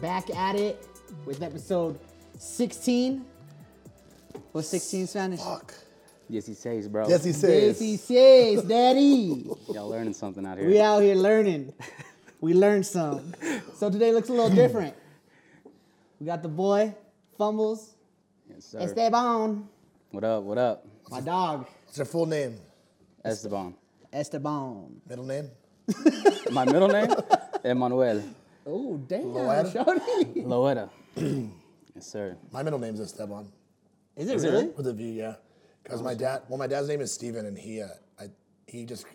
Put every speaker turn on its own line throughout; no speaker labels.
back at it with episode 16. What's 16 in Spanish?
Fuck.
Yes, he says, bro.
Yes, he
Yes,
says.
he says, Daddy.
Y'all learning something out here.
We out here learning. We learned some. So today looks a little different. We got the boy, Fumbles,
Yes, sir.
Esteban,
What up? What up?
my dog,
What's your full name?
Esteban.
Esteban.
Middle name?
My middle name? Emmanuel.
Oh, damn,
Loetta?
Shorty.
Loetta. yes, sir.
My middle name's Esteban.
Is it really?
With a V, yeah. Because my dad, well, my dad's name is Steven, and he, uh, I, he just,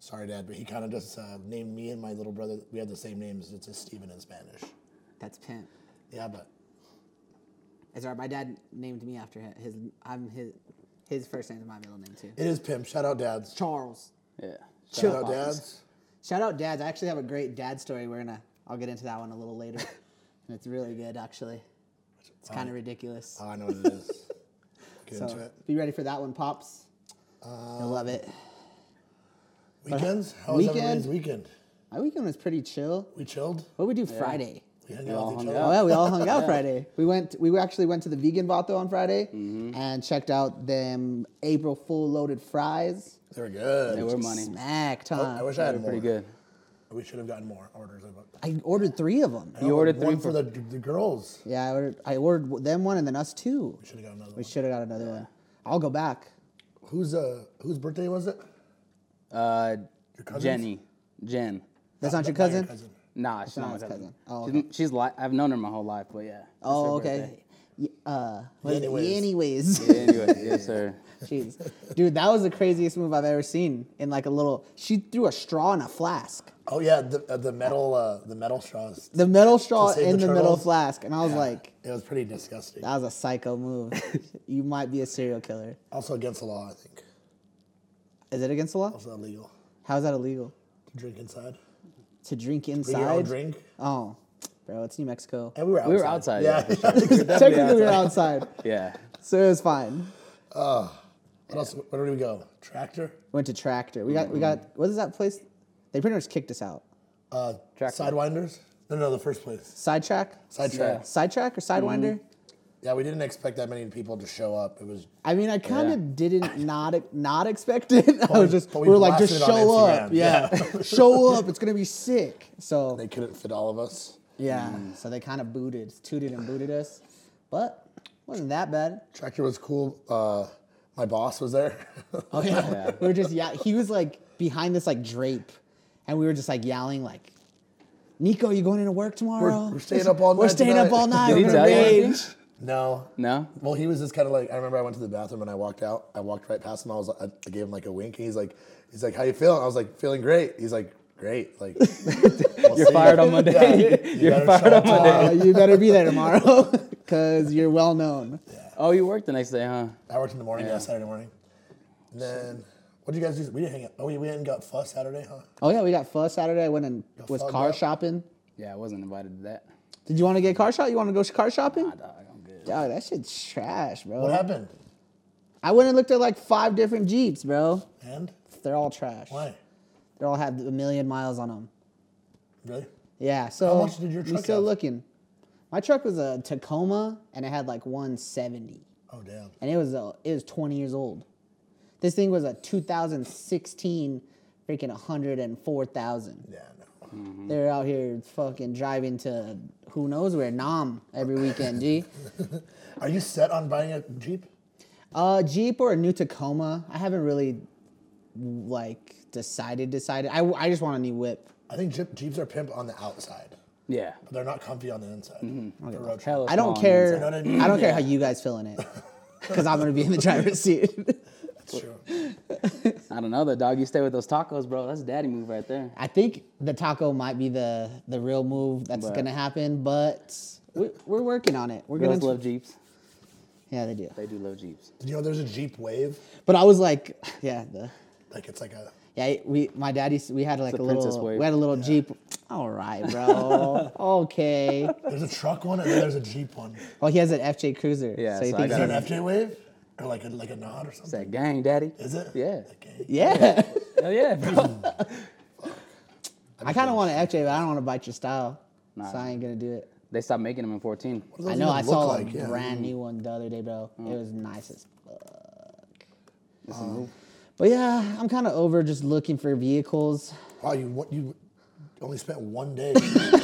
sorry, dad, but he kind of just uh, named me and my little brother. We have the same names. It's just Steven in Spanish.
That's pimp.
Yeah, but
It's right. My dad named me after hi- his. I'm his. His first name is my middle name too.
it is pimp. Shout out, dads.
Charles.
Yeah.
Shout out, dads.
Shout out dads. I actually have a great dad story. We're gonna. I'll get into that one a little later, and it's really good actually. It's kind of ridiculous.
Oh, I know what it is. Get
So, uh-huh.
into it.
be ready for that one, pops. You'll love it.
Uh, Weekends? How was
Weekend?
everybody's weekend?
My weekend was pretty chill.
We chilled.
What did we do Friday?
We hung
We
out
all
with each
hung
other.
Oh yeah, we all hung out Friday. We went. We actually went to the vegan vato on Friday
Mm-hmm.
and checked out them April Fool loaded fries.
They were good.
They were money.
Smack time.
Oh, I wish I had more.
Pretty good.
We should have gotten more orders. Of it.
I ordered three of them.
You ordered three
one for the, the girls.
Yeah, I ordered, I ordered w- them one and then us two.
We should have got another
We
one.
should have got another one. I'll go back.
Whose uh, whose birthday was it?
Uh,
Your cousins?
Jenny. Jen.
That's not your
Not
cousin?
Nah, she's not my
his
cousin.
cousin. Oh,
She's- She's, li- I've known her my whole life, but yeah. it's
Oh,
her birthday.
okay. Y- Uh, what is it?
Anyways.
Anyways.
Yeah, anyway, yes, sir.
Jeez. Dude, that was the craziest move I've ever seen. In like a little, she threw a straw in a flask.
Oh yeah, the uh, the metal uh, the metal straws.
The metal straw
save
in
the
the, metal
turtles?
flask. And I was like,
It was pretty disgusting.
that was a psycho move. you might be a serial killer.
Also against the law, I think.
Is it against the law?
Also illegal
How is that illegal?
to drink inside.
To drink
Bring your own
inside?
drink.
Oh, bro, it's New Mexico.
And we were outside.
We were outside. Yeah.
Yeah.
for sure.
Technically, we were outside,
yeah.
so it was fine.
What else? Where did we go? Tractor.
Went to Tractor. We got we
Mm-hmm.
got what is that place? They pretty much kicked us out.
Uh,
Tractor.
Sidewinders. No, no, the first place.
Sidetrack.
Sidetrack. Mm-hmm. Yeah.
Sidetrack or Sidewinder?
we didn't expect that many people to show up. It was
I mean, I kind of didn't not not expect it. I
we-
was just
but
we
we
were like, just
blasted it on
show up,
Instagram.
yeah, show up. It's gonna be sick. So
they mm. couldn't fit all of us.
yeah, so they kind of booted, tooted and booted us, but wasn't that bad.
Tractor was cool. Uh, my boss was there.
Oh yeah. we were just yeah. He was like behind this like drape, and we were just like yelling like, "Nico, you going into work tomorrow?
we're staying up all
We're
night
staying up
tonight."
all night.
Did he
we're gonna
tell you anything?
rage."
no.
No?
Well, he was just kind of like I remember I went to the bathroom and I walked out. I walked right past him. I was I gave him like a wink and he's like he's like how you feeling? I was like feeling great. He's like great. Like we'll
You're
see.
fired on Monday.
You
You're
better
fired
show
on
up
Monday.
Uh, you better be there tomorrow because you're well known.
Oh, you work the next day, huh?
I worked in the morning. Yeah, Saturday morning. And then what did you guys do? We didn't hang out. Oh, we went and got fuss Saturday, huh?
Oh yeah, we got pho Saturday. I went and was
pho
car
up.
shopping.
Yeah, I wasn't invited to that.
Did you want to get car shop? You want to go car shopping?
Nah, dog, I'm good.
Dog, that shit's trash, bro.
What happened?
I went and looked at like five different Jeeps, bro.
And
They're all trash.
why?
They all had a million miles on them.
Really?
Yeah, so
much did your
we
truck
still
have?
looking. My truck was a Tacoma and it had like 170,
Oh damn.
and it was a, it was 20 years old. This thing was a 2016 freaking 104,000.
Yeah. No.
They're out here fucking driving to who knows where, Nam every weekend, G.
Are you set on buying a jeep?
Uh, Jeep or a new Tacoma? I haven't really like decided. Decided. I, I just want a new whip.
I think Jeep, jeeps are pimp on the outside,
Yeah.
but they're not comfy on the inside.
Mm-hmm.
For road trip.
Hella
I don't
small on the
care.
inside.
what I
I
mean?
don't care how you guys feeling it, because I'm gonna be in the driver's seat.
That's true.
I don't know. The dog, you stay with those tacos, bro. That's daddy move right there.
I think the taco might be the the real move that's
But-
gonna happen, but we, we're working on it. We're
Girls
gonna.
love Jeeps.
yeah, they do.
They do love Jeeps.
Did you know there's a Jeep Wave?
But I was like, yeah, the
Like it's like a
yeah. We my daddy we had like
It's
a
a princess
little
wave.
we had a little jeep. All right, bro. okay.
There's a truck one and then there's a Jeep one.
Well, he has an FJ Cruiser.
Yeah,
So you
so I
think
Is
got
he's-
it an FJ wave? Or like a like a nod or
It's
something?
that gang, daddy.
Is it?
Yeah.
Okay.
yeah.
Hell yeah, bro.
I kind of want an FJ, but I don't want to bite your style,
Nah.
so I ain't gonna do it.
They stopped making them in 14.
What do
I
those
know.
even
I
look
saw
like?
a
Yeah.
brand new one the other day, bro.
Mm.
It was nice as fuck. Um, But yeah, I'm kind of over just looking for vehicles.
Wow, you wa- you only spent one day.
You're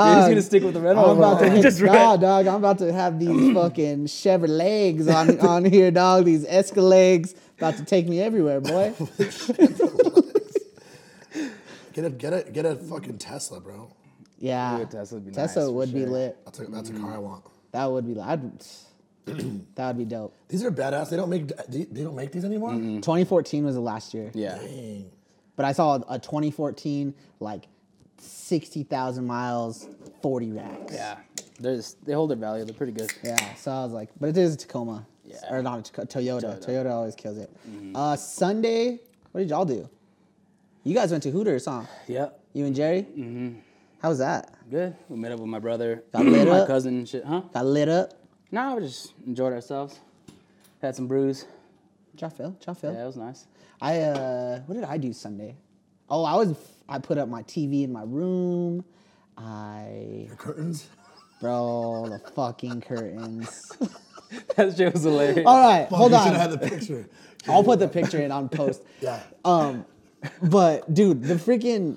just
Dog,
gonna stick with the red
I'm
one.
about to
bro.
hit,
Just red.
nah, dog. I'm about to have these fucking Chevrolets on on here, dog. These Escalades about to take me everywhere, boy.
get a get a get a fucking Tesla, bro.
Yeah,
Ooh, Tesla would be nice,
Tesla
for
would be
sure.
lit.
That's a that's a car I
Mm.
want.
That would be. li- I'd, that would be dope.
These are badass. They don't make they they don't make these anymore.
2014 was the last year.
Yeah.
Dang.
But I saw a 2014 like 60,000 miles, 40 racks.
Yeah. They're just, they hold their value. They're pretty good.
Yeah, so I was like, but it is a Tacoma.
Yeah. Mm-hmm.
Or not a Taco- Toyota. Toyota. always kills it. Uh, Sunday, what did y'all do? You guys went to Hooters, huh?
Yep.
You and Jerry? Mm-hmm. How was that?
Good. We met up with my brother,
Got lit
my
up?
cousin, and shit, huh?
Got lit up?
Nah, we just enjoyed ourselves. Had some brews.
Did y'all feel? Did y'all feel?
Yeah, it was nice.
I, uh, what did I do Sunday? Oh, I was, I put up my TV in my room. I,
Your curtains.
bro, the fucking curtains.
that shit was hilarious.
All right,
Fuck,
hold
you
on.
Should have had the picture.
I'll put the picture in on post.
Yeah.
Um, but dude, the freaking,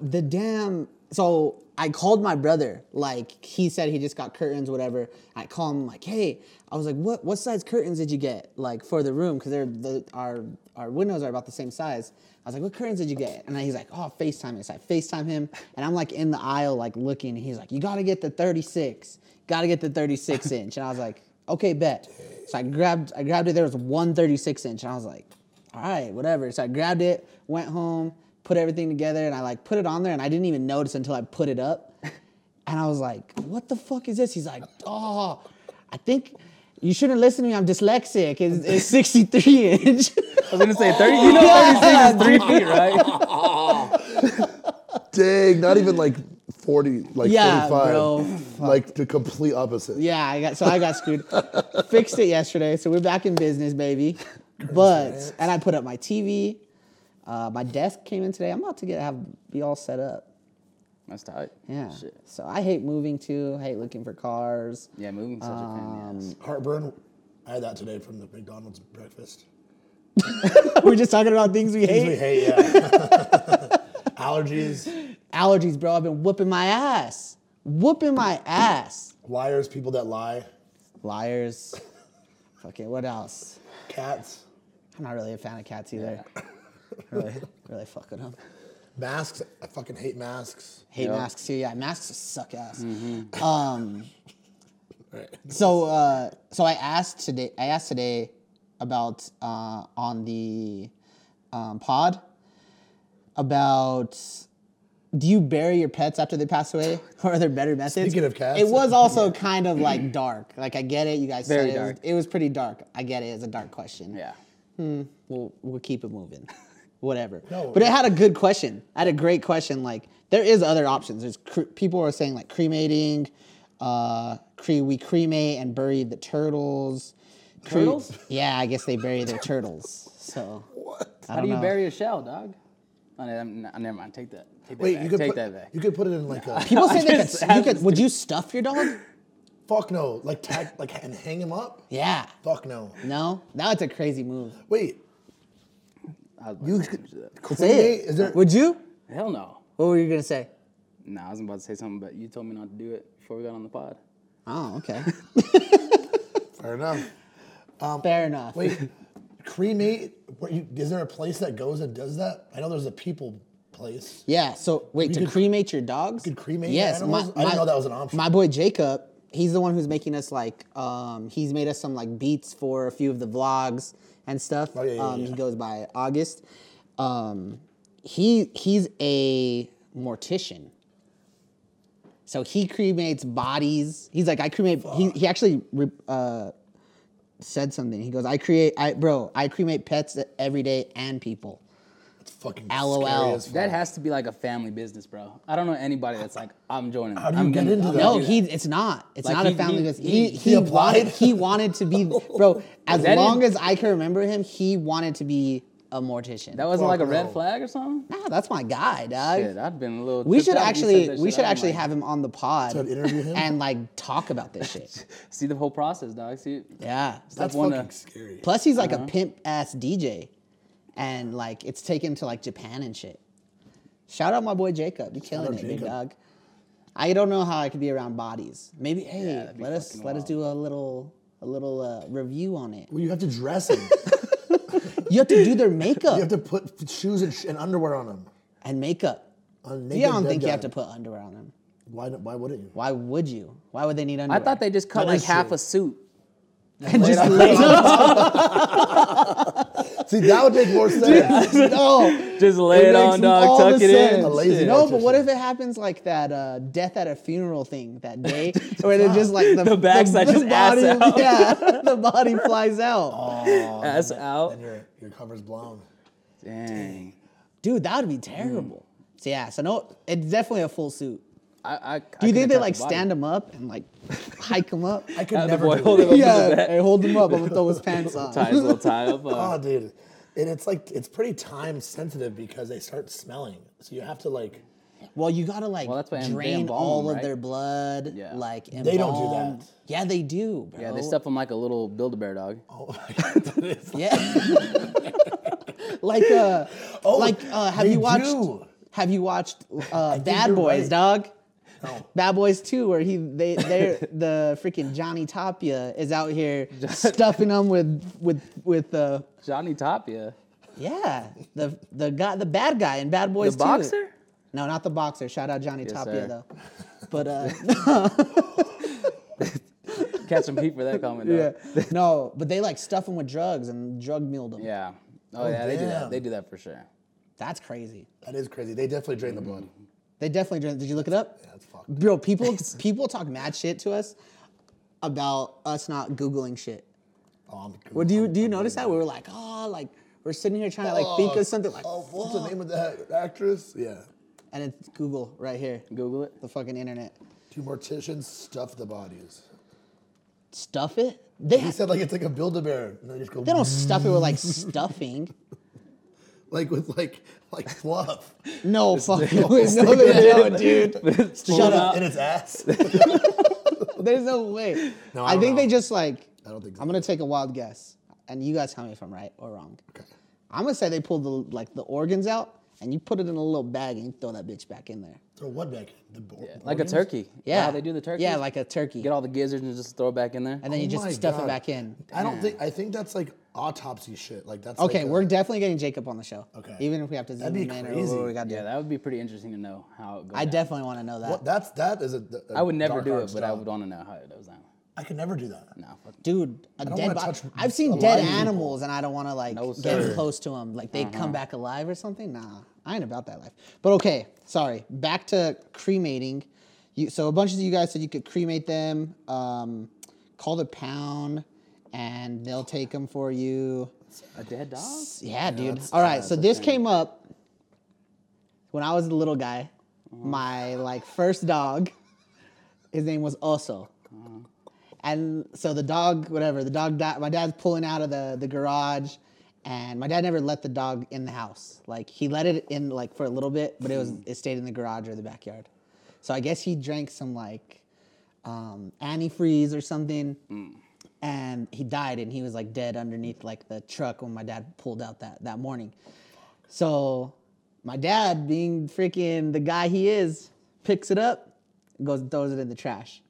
the damn. So I called my brother. Like he said, he just got curtains, whatever. I call him like, hey, I was like, what what size curtains did you get? Like for the room, because they're the our our windows are about the same size. I was like, what curtains did you get? And then he's like, oh, FaceTime me. So I FaceTime him, and I'm like in the aisle, like looking. He's like, you gotta get the 36. Gotta get the 36 inch. And I was like, okay, bet. So I grabbed I grabbed it. There was one 36 inch, and I was like, all right, whatever. So I grabbed it, went home, put everything together, and I like put it on there, and I didn't even notice until I put it up. And I was like, what the fuck is this? He's like, oh, I think you shouldn't listen to me. I'm dyslexic. It's, it's 63 inch.
I was gonna say 30. You know, 36 is three feet, right?
Dang, not even like 40, like
Yeah,
45.
bro.
Like the complete opposite.
yeah, I got so I got screwed. Fixed it yesterday, so we're back in business, baby. But and I put up my TV. Uh, my desk came in today. I'm about to get have be all set up.
That's tight.
Yeah.
Shit.
So I hate moving too. I hate looking for cars. Um,
Yeah, moving such a pain in the ass.
Heartburn. I had that today from the McDonald's breakfast.
We're just talking about things we
Things we
hate.
hate. Yeah. Allergies,
Allergies, bro. I've been whooping my ass. Whooping my ass.
liars, people that lie,
Liars. Fucking what else?
cats,
I'm not really a fan of cats either. really, really fucking them.
masks. I fucking hate masks.
Hate
Yeah.
masks too. Yeah, masks suck ass.
Mm-hmm.
Um,
Right.
so uh, so I asked today. I asked today about uh, on the um, pod about do you bury your pets after they pass away, or are there better methods?
Speaking of cats.
it was also kind of like dark. Like I get it. You guys said it
Very
was-
dark.
it was pretty dark. I get it. It's a dark question.
Yeah.
we'll we'll keep it moving. Whatever.
No.
But it had a good question. I had a great question. Like there is other options. There's cre- people are saying like cremating, uh, cre- we cremate and bury the turtles. Cre-
Turtles?
Yeah, I guess they bury their turtles. So
What?
I
How do
don't
you
know.
bury a shell, dog? Oh, ne- ne- never mind. Take that. Take that
Wait,
back.
you could
take
put,
that back.
You could put it in like a
People say they
just
could, you could.
asked.
Would you stuff your dog?
fuck no, like tag, like and hang him up.
Yeah.
Fuck no.
No, that's a crazy move.
Wait,
I was about
you
to
could
do that.
Say
cremate?
it.
Is there?
Would you?
Hell no.
What were you gonna say?
No, I was about to say something, but you told me not to do it before we got on the pod.
Oh, okay.
Fair enough.
Fair enough.
Um, Wait, cremate? Where you, is there a place that goes and does that? I know there's a people place.
Yeah. So wait, to
could-
cremate your dogs?
could cremate
Yes.
animals? I didn't know that was an option.
My boy Jacob, he's the one who's making us like, um, he's made us some like beats for a few of the vlogs and stuff.
Oh, yeah, yeah,
um,
yeah.
He goes by August. Um, he he's a mortician. So he cremates bodies. He's like, I cremate. He, he actually re- uh, said something. He goes, I create, I bro, I cremate pets every day and people.
It's fucking
LOL.
Scary as fuck.
That has to be like a family business, bro. I don't know anybody that's like, I'm joining.
How do you
I'm
get
gonna-
into
I'm
that?
gonna
No,
do
he. It's not. It's
Like,
not
he-
a family
he-
business. He he,
he-
he applied?
wanted he wanted to be bro. As
That is-
long as I can remember him, he wanted to be a a mortician.
That wasn't
Fuck
like a red
no.
flag or something.
nah, that's my guy, dog.
Shit, I'd been a little.
we
tripped
should
out when you said
actually
that
we
shit.
should
I'm
actually
like,
have him on the pod
So I'd interview him?
and like talk about this shit.
see the whole process, dog. See,
Yeah.
That's
one uh,
fucking
to-
scary.
Plus, he's like
Uh-huh.
a pimp ass DJ, and like it's taken to like Japan and shit. Shout out my boy Jacob, you killing
out
it, big
Jacob.
dog. I don't know how I could be around bodies. Maybe hey,
that'd be
let us
fucking
let us
wild.
do a little a little uh, review on it.
Well, you have to dress him.
You have to do their
you
makeup
have to put shoes and, sh- and underwear on him.
and makeup.
On
See, I don't think you have to put underwear on them.
Why? Why wouldn't you?
Why would you? Why would they need
I
underwear?
thought they just cut
That
like
is
half
true.
a suit.
and just laid
See, that would make more sense.
no.
Just lay it,
makes
on,
all
dog.
the
Tuck it in.
sense.
A lazy
no, but
mortician.
what if it happens like that uh, death at a funeral thing that day, where they're just like the,
The backside just ass
body,
out. Oh.
yeah, the body flies out.
Ass out.
Then your your cover's blown.
Dang.
Dude, that would be terrible. So yeah, so no, it's definitely a full suit.
I, Mm. I,
Do you think they like stand him up and like hike him up?
I could
the
never.
boy
do
hold
that.
it up to the
yeah,
back.
hey, hold him up. I'm gonna throw his pants on.
Tie his little tie up.
Oh,
Uh,
dude, and it's like it's pretty time sensitive because they start smelling. So you have to like.
Well, you gotta like
Well, that's what em- they
drain
embalm
all
'em,
of
right?
their blood.
Yeah.
Like
They don't do
embalm.
that.
Yeah, they do. Bro.
yeah, they stuff him like a little Build-A-Bear dog.
Oh my god, that is like,
Yeah. like uh
Oh,
like uh have
they
you watched
do.
have you watched uh Bad
you're
Boys,
right.
dog?
no.
Bad Boys 2 where he they they're the freaking Johnny Tapia is out here stuffing them with with with uh
Johnny Tapia,
yeah, the the guy the bad guy in Bad
the
Boys 2.
boxer.
No, not the boxer. Shout out Johnny
Yes,
Tapia
sir.
though. But uh
Catch some heat for that comment.
yeah.
Dog.
no, but they like stuff them with drugs and drug milled them.
Yeah. Oh, yeah, they do
damn.
that. They do that for sure.
That's crazy.
That is crazy. They definitely drain the blood.
They definitely drank. Did you look it up?
That's fucked.
Bro, people people talk mad shit to us about us not googling shit.
Oh, I'm good.
Well, do you do you notice that we were like, oh, like we're sitting here trying to like think of something like,
oh, what's the name of that actress? Yeah.
and it's Google right here,
Google it.
the fucking internet.
Do morticians stuff the bodies?
Stuff it. They
He said like it's like a Build-A-Bear. And they just go "Mm,"
they don't stuff it with like stuffing.
like with like like fluff.
No fucking way. No, they don't, dude. Shut up.
In its ass.
There's no way.
No, I
I,
don't
think they
know.
just like.
I don't think so.
I'm gonna take a wild guess, and you guys tell me if I'm right or wrong.
Okay.
I'm gonna say they pull the like the organs out and you put it in a little bag and you throw that bitch back in there.
Throw what back? The bo-
Like a
organs?
turkey.
Yeah,
How they do the turkey.
Yeah, like a turkey.
get all the gizzards and just throw it back in there.
and then you
Oh
just
my
stuff it
God.
back in.
I don't think. I think that's like autopsy shit. Like that's.
Okay,
like a-
we're definitely getting Jacob on the show.
Okay.
Even if we have to zoom
be
him in or
crazy.
whatever we got to
yeah,
do.
that would be pretty interesting to know how it goes.
I
down.
definitely want to know that.
What, that's that is a. a
I would never
dark
do it,
arts
but I
job.
would want to know how it goes down.
I could never do that.
No, fuck.
Dude, a
don't
dead
wanna
body.
touch
I've seen
alive
dead
people.
animals and I don't want to like
No,
get
sir. Uh-huh.
close to them. Like they come back alive or something. Nah, I ain't about that life. But okay, sorry. Back to cremating. You, so a bunch of you guys said you could cremate them. Um, call the pound, and they'll take them for you.
A dead dog?
Yeah, dude. All right, so this came up when I was a little guy. My like first dog, his name was Oso. And so the dog, whatever, the dog died. My dad's pulling out of the, the garage, and my dad never let the dog in the house. Like he let it in like for a little bit, but it was it stayed in the garage or the backyard. So I guess he drank some like um, antifreeze or something, and he died, and he was like dead underneath like the truck when my dad pulled out that that morning. So my dad, being freaking the guy he is, picks it up, goes and throws it in the trash.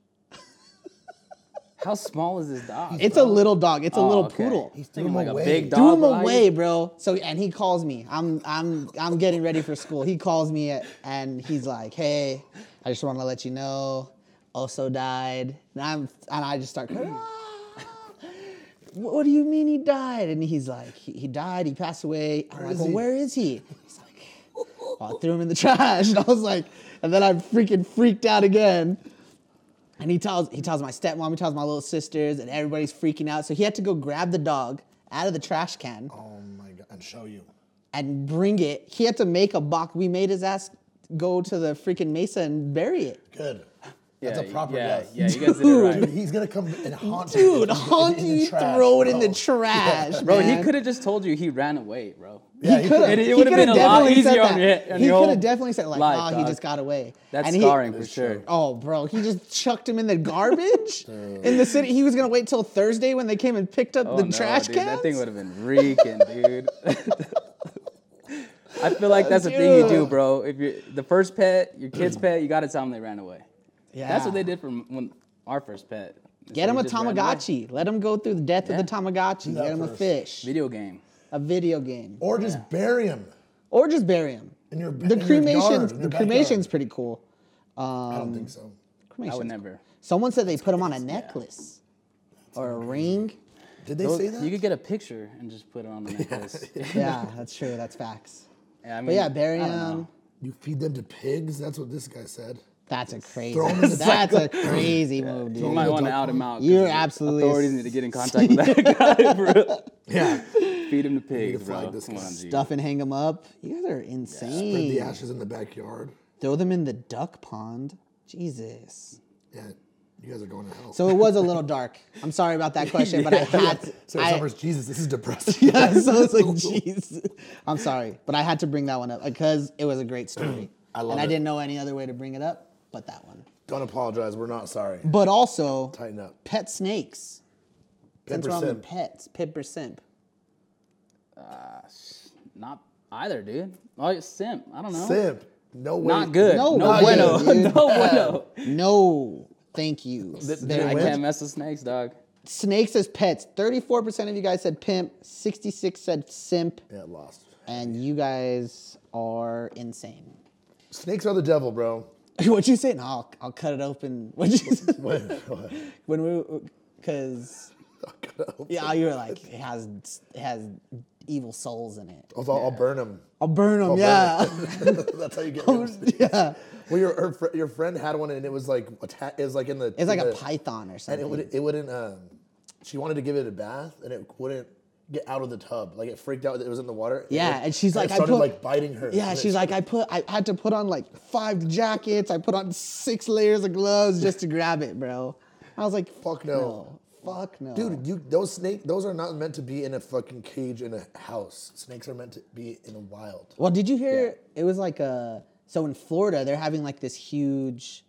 How small is this dog?
It's a little dog. It's a
Oh,
little
okay.
poodle.
He's
Threw
thinking
him
like
away.
a big
Do
dog.
him
like-
away, bro. So and he calls me. I'm I'm I'm getting ready for school. He calls me at, and he's like, "Hey, I just want to let you know, also died." And I'm and I just start crying. "Ah, what what do you mean he died? And he's like, he, he died. He passed away. I'm like,
is
well,
he?"
where is he? He's like, well, I threw him in the trash. And I was like, and then I freaking freaked out again. And he tells he tells my stepmom, he tells my little sisters, and everybody's freaking out. So he had to go grab the dog out of the trash can
Oh my god! And show you.
and bring it. He had to make a box. We made his ass go to the freaking mesa and bury it.
Good. That's
Yeah,
a proper
yeah,
death.
Yeah, you guys did it right.
Dude, he's gonna come and haunt you.
Dude, haunt
in the
you,
trash,
throw it in
bro.
the trash,
Bro,
man.
he could have just told you he ran away, bro.
Yeah,
he
he
could have.
coulda.
It- it would've been a lot easier on your- on
He
your
could have
old
definitely said like,
life,
"Oh, he
dog."
just got away."
That's
he-
scarring for sure.
Oh, bro, he just chucked him in the garbage in the city. He was gonna wait till Thursday when they came and picked up
Oh,
the
no,
trash
dude,
cans.
That thing would have been reeking, dude. I feel like that's the thing you do,
Dude.
bro. If you the first pet, your kid's pet, you gotta tell them they ran away.
yeah.
That's what they did from when our first pet. They
Get
said
him
he
a
just ran away.
Tamagotchi. Let him go through the death
Yeah.
of the Tamagotchi.
that
Get him a
first.
fish,
Video game.
a video game,
Or just bury him
or just bury him.
in your
The
in your
cremation,
yard, in
the
your backyard.
cremation's pretty cool. Uh,
I don't think so.
I would
Cremation's
never.
Someone said they put him on a necklace or a ring.
Did they
Those-
say that?
You could get a picture and just put it on the necklace. yeah,
Yeah, that's true. That's facts.
I mean,
But yeah, bury
I don't know.
him.
you feed them to pigs. That's what this guy said.
That's a crazy.
Throw him in the
That's a crazy move,
You
dude.
might want to out him out. 'cause
You're
the
absolutely a
Authorities need to get in contact with that guy, bro.
Yeah.
Feed him to pigs, bro.
flag this
Come
guy.
on, G.
Stuff and hang him up. You guys are
Spread
insane.
the ashes in the backyard.
Throw them in the duck pond. Jesus.
Yeah. You guys are going to hell.
So it was a little dark. I'm sorry about that question, but I had to.
so
I,
Summers, Jesus, this is depressing.
yeah, so I was like, jeez. I'm sorry, but I had to bring that one up because it was a great story.
I love
and I
it.
didn't know any other way to bring it up but that one.
Don't apologize. We're not sorry.
But also,
Tighten up.
pet snakes. Since
Pimp or
we're on the
simp?
pets, pip or simp.
Not either, dude. Oh, you're simp. I don't know.
Simp. No way.
Not good.
No
No,
way,
bueno.
dude.
no bueno.
No, thank you. There-
I can't mess with snakes, dog.
Snakes as pets. 34% of you guys said pimp, 66 said simp,
Yeah, lost.
and you guys are insane.
Snakes are the devil, bro.
What you say? No, I'll, I'll cut it open. What you say? when we, because yeah, you were like it has it has evil souls in it.
I'll, I'll burn them.
I'll burn
Oh,
them. yeah, Oh,
That's how you get rid of snakes.
yeah.
Well, your her, fr- your friend had one and it was like atta- it was like in the
It's like
in
a
the-
python or
and
something.
it would it wouldn't um she wanted to give it a bath and it wouldn't get out of the tub like it freaked out that it was in the water
Yeah,
it,
and she's like,
it
I
started
put-
like biting her
Yeah,
And it-
she's like, I put, I had to put on like five jackets. I put on six layers of gloves just to grab it, bro. I was like,
Fuck no.
fuck no,
dude you those snake those are not meant to be in a fucking cage in a house snakes are meant to be in the wild
Well, did you hear? It was like a so in Florida they're having like this huge.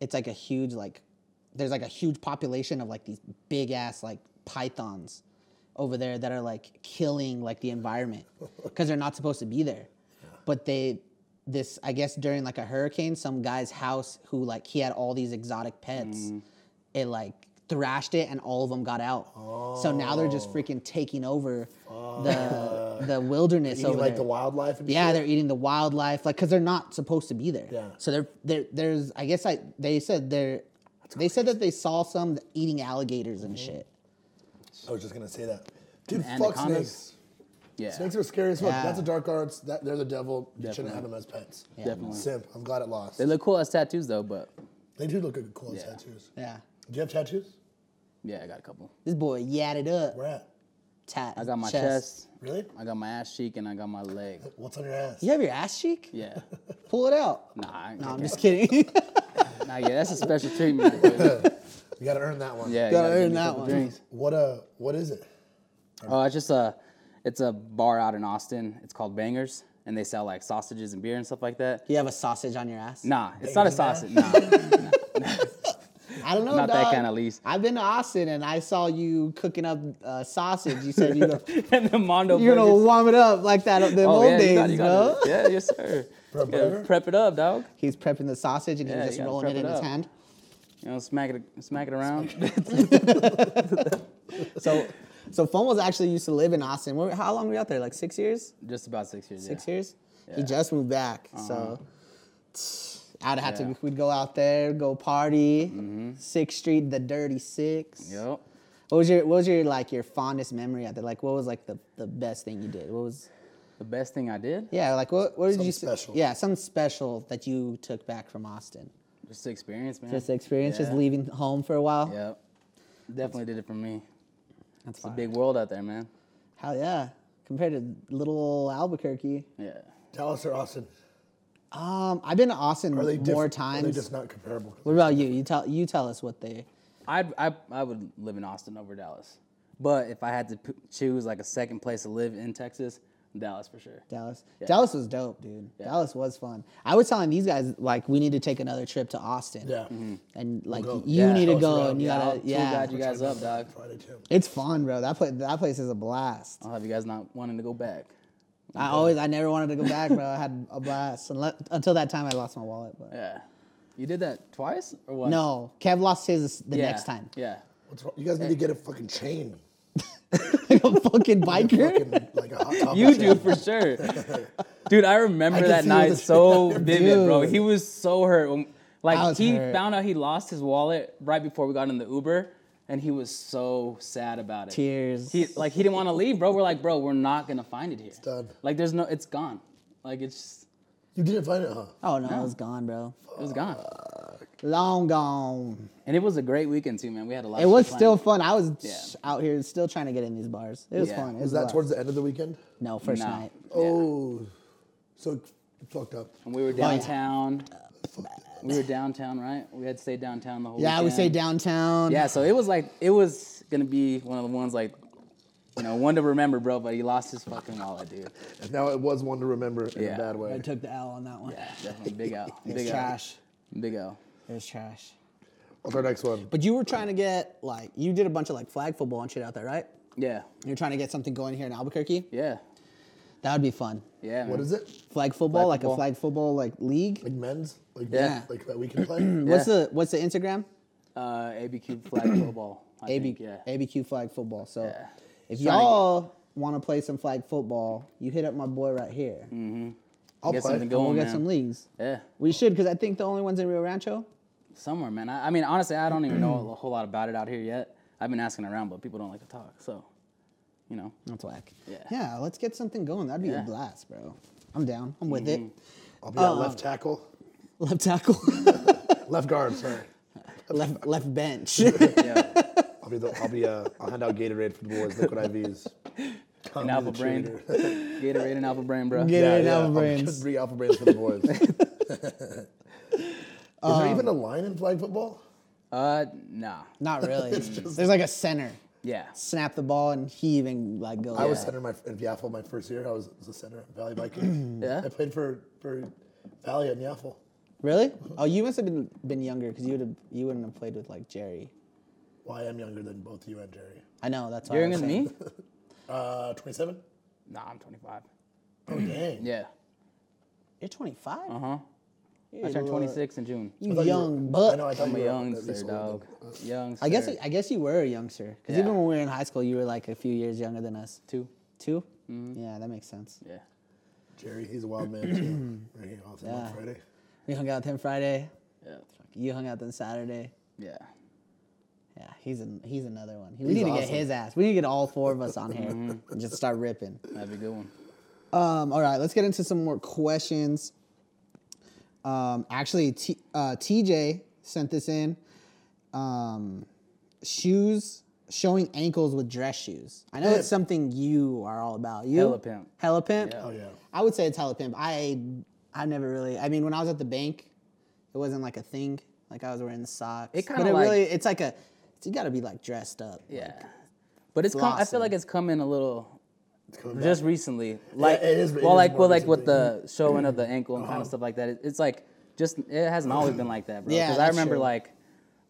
It's like a huge like, there's like a huge population of like these big ass like pythons, over there that are like killing like the environment because they're not supposed to be there, but they. This I guess during like a hurricane, some guy's house who like he had all these exotic pets,
Mm-hmm.
it like thrashed it and all of them got out. So now they're
Oh.
just freaking taking over the the wilderness
Eating,
over
like
there.
the wildlife and
Yeah,
shit.
they're eating the wildlife, like because they're not supposed to be there.
Yeah.
So they're, they're there's I guess I they said they're they said that they saw some eating alligators
Mm-hmm.
and shit.
i was just gonna say that dude
And
fuck
anacondas?
snakes
Yeah.
snakes are scary as fuck
Yeah.
that's a dark arts that they're the devil you shouldn't
Definitely.
have them as pets
Definitely.
simp i'm glad it lost
They look cool as tattoos, though, but
they do look like cool as
Yeah.
tattoos
Yeah.
do you have tattoos
yeah, I got a couple.
This boy yadded up.
where at
Tat.
I got my chest.
really
I got my ass cheek, and I got my leg.
what's on your ass
You have your ass cheek?
Yeah.
Pull it out.
Nah, I,
No, I'm
I
just kidding.
can't- nah, yeah, that's a special treatment. right there.
you gotta earn that one
yeah, you
Gotta
gotta give
earn
me a
that
couple
one.
drinks.
What uh what is it?
Oh, it's just a, it's a bar out in Austin. It's called Bangers, and they sell like sausages and beer and stuff like that.
you have a sausage on your ass?
Nah, it's not a
Bangers,
sausage. Nah,
I don't know.
not that
dog.
kind of lease.
I've been to Austin and I saw you cooking up uh, sausage. You said you go-
and the Mondo.
you're gonna
burgers. Oh,
warm it up like that the old
you
days,
gotta- you
bro.
gotta- Yeah, yes, sir.
For a
You gotta
burger?
prep it up, dog.
He's prepping the sausage and he
Yeah,
was just
you gotta
rolling it
prep
in
it
his
up.
hand.
You know, smack it, smack it around.
So, so Fomos actually used to live in Austin. Where- How long were you out there? Like six years?
Just about six years.
Six
yeah. Uh-huh.
years? He just moved back, so I'd have
Yeah. Mm-hmm.
to. We'd go out there, go party. Sixth Street, the Dirty Six.
Yep.
What was your What was your like your fondest memory out there? Like, what was like the, the best thing you did? What was
The best thing I did
yeah? Like, what what did you?
Something
s-
special.
Yeah, something special that you took back from Austin.
just the experience, man.
Just the experience, just
Yeah.
leaving home for a while.
Yep. Definitely did it for me.
That's
It's a
fine.
big world out there, man.
Hell yeah! Compared to little Albuquerque.
Yeah.
Dallas or Austin?
Um, I've been to Austin
Are they diff-
more
Are they
times.
just not comparable?
what about you? You tell you tell us what they.
I'd, I I would live in Austin over Dallas, but if I had to p- choose like a second place to live in Texas, Dallas for sure.
Dallas. Dallas was dope, dude. Dallas was fun. I was telling these guys like we need to take another trip to Austin.
Yeah.
And like
We'll go.
you
Yeah.
need to
Show us
go
around.
and you
Yeah,
gotta
I'll tour
yeah.
guide Mm-hmm. you guys up, dog.
Friday too.
It's fun, bro. That place that place is a blast.
I'll have you guys not wanting to go back.
I always I never wanted to go back, bro. I had a blast unless, until that time I lost my wallet. But
Yeah, you did that twice or what?
no, Kev lost his the
Yeah.
next time.
Yeah,
What's wrong? You guys need to get a fucking chain.
like a fucking biker.
Fucking, like a hot topic
you
chain.
do for sure, dude. I remember
can
that
feel the
night so
shit.
vivid, bro.
Dude.
He was so hurt.
I
when- Like
was
he
hurt.
found out he lost his wallet right before we got in the Uber, and he was so sad about it.
Tears.
He like he didn't want to leave, bro. We're like, bro, we're not gonna find it here. It's
done.
Like there's no, it's gone. Like it's just,
You didn't find it, huh?
oh no, it was gone, bro.
it was gone.
Long gone.
And it was a great weekend too, man. We had a lot.
It
of
was
fun.
still fun. I was
Yeah.
out here still trying to get in these bars. It was
Yeah.
fun. It
Was
was
that
a
towards
blast.
the end of the weekend?
no first
No.
night?
Oh, so it fucked up.
And we were downtown. We were downtown, right? We had to stay downtown the whole.
Yeah, we
weekend.
say downtown.
Yeah, so it was like it was gonna be one of the ones like, you know, one to remember, bro. But he lost his fucking wallet, dude.
Now it was one to remember in
Yeah.
a bad way.
I took the L on that one.
Yeah, definitely big out.
It
Big
was
out.
trash.
Big out.
It was trash.
What's our next one?
But you were trying to get like you did a bunch of like flag football and shit out there, right?
Yeah,
You're trying to get something going here in Albuquerque.
yeah,
That would be fun.
yeah.
What
man.
is it?
Flag football, like
football.
a flag football like league.
Like men's? Like
Yeah.
Like that we can play?
What's the what's the Instagram?
Uh, ABQ flag football. I
AB,
think, yeah.
ABQ flag football. So
Yeah.
if
Just trying to
y'all want to play some flag football, you hit up my boy right here.
I'll
Get
play.
something
We'll
going,
get
man.
some leagues.
Yeah,
We should, because I think the only ones in Rio Rancho.
somewhere, man. I, I mean, honestly, I don't even know a whole lot about it out here yet. I've been asking around, but people don't like to talk. So, you know,
That's whack.
Yeah.
Yeah, let's get something going. That'd be a
Yeah.
blast, bro. I'm down. I'm with it.
I'll
Uh,
be at left tackle.
Left tackle,
Left guard, sorry.
left left bench.
yeah.
I'll be the, I'll be uh, I'll hand out Gatorade for the boys, liquid IVs.
an alpha brain, Gatorade and alpha brain, bro.
Get it out
I'll
of
put
brains.
Three alpha brains for the boys.
Is there even a line in flag football?
Uh, nah.
Not really. There's like a center.
Yeah.
Snap the ball and he even like goes.
I was
Yeah.
center my in Yaffle my first year. I was, was a center at Valley Vikings.
Yeah?
I played for for Valley at Yaffle.
Really? Oh, you must have been been younger because you would have you wouldn't have played with like Jerry.
Well, I am younger than both you and Jerry.
I know. That's why.
You're
I was
younger than
saying.
me?
Uh, 27.
Nah, I'm 25.
Oh dang.
Yeah.
You're 25.
Uh huh. I turned 26 in June.
You
thought you were-
young buck.
I know. I thought
I'm a
you were at
youngster,
least
dog.
older
Youngster.
I guess I guess you were a youngster because even
Yeah.
when we were in high school, you were like a few years younger than us.
two.
2 Yeah, that makes sense.
Yeah.
than Jerry. He's a wild man too. right here off
Yeah.
on Friday.
We hung out with him Friday.
Yeah.
You hung out with him Saturday.
Yeah.
Yeah, he's an, he's another one. We
He's
need to get
awesome.
his ass. We need to get all four of us on here and
Mm-hmm.
just start ripping.
That'd be a good one.
Um, all right, let's get into some more questions. Um, actually, T, uh, TJ sent this in. Um, shoes showing ankles with dress shoes. I know it's something you are all about. You
Hella pimp.
Hella pimp?
Yeah.
Oh yeah.
I would say it's hella pimp. I I never really. I mean, when I was at the bank, it wasn't like a thing. Like I was wearing socks.
It
but
kinda
it
like-
really it's like a. You got to be like dressed up.
Yeah. But it's come, I
Blossom.
feel like it's come in a little
coming
just recently. Like
it is- it
well
is
like
more
well like with the showing of the ankle and
Uh-huh.
kind of stuff like that. It, it's like just it hasn't always been like that, bro.
Yeah,
I
that's
remember
true.
like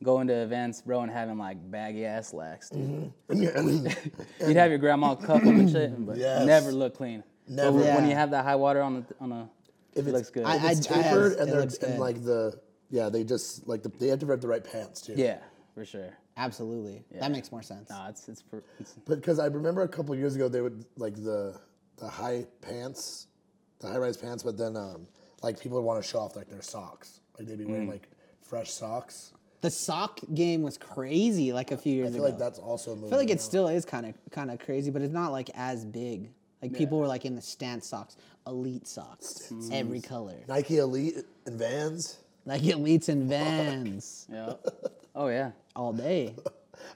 going to events, bro, and having like baggy ass slacks, dude.
Mm-hmm. Oh, Yeah.
You'd have your grandma cup them and shit, but
Yes.
never look clean. But
Never.
when- when
Yeah.
you have that high water on the on a,
If
it
it's-
looks good.
I-
It's
I- have-
tapered
it
and
looks good.
they're and like the yeah they just like the, they have to wear the right pants too.
yeah, for sure.
Absolutely. That makes more sense.
Nah, it's it's, pr- it's
But because I remember a couple years ago they would like the the high pants, the high rise pants, but then um like people would want to show off like their socks. Like they'd be wearing
Mm.
like fresh socks.
The sock game was crazy like a few years
I feel
ago.
like that's also.
I feel like it still is kind of kind of crazy, but it's not like as big. Like people were like in the stance socks, elite socks, every color,
Nike Elite and Vans.
like elites and Vans
yeah. Oh yeah.
all day.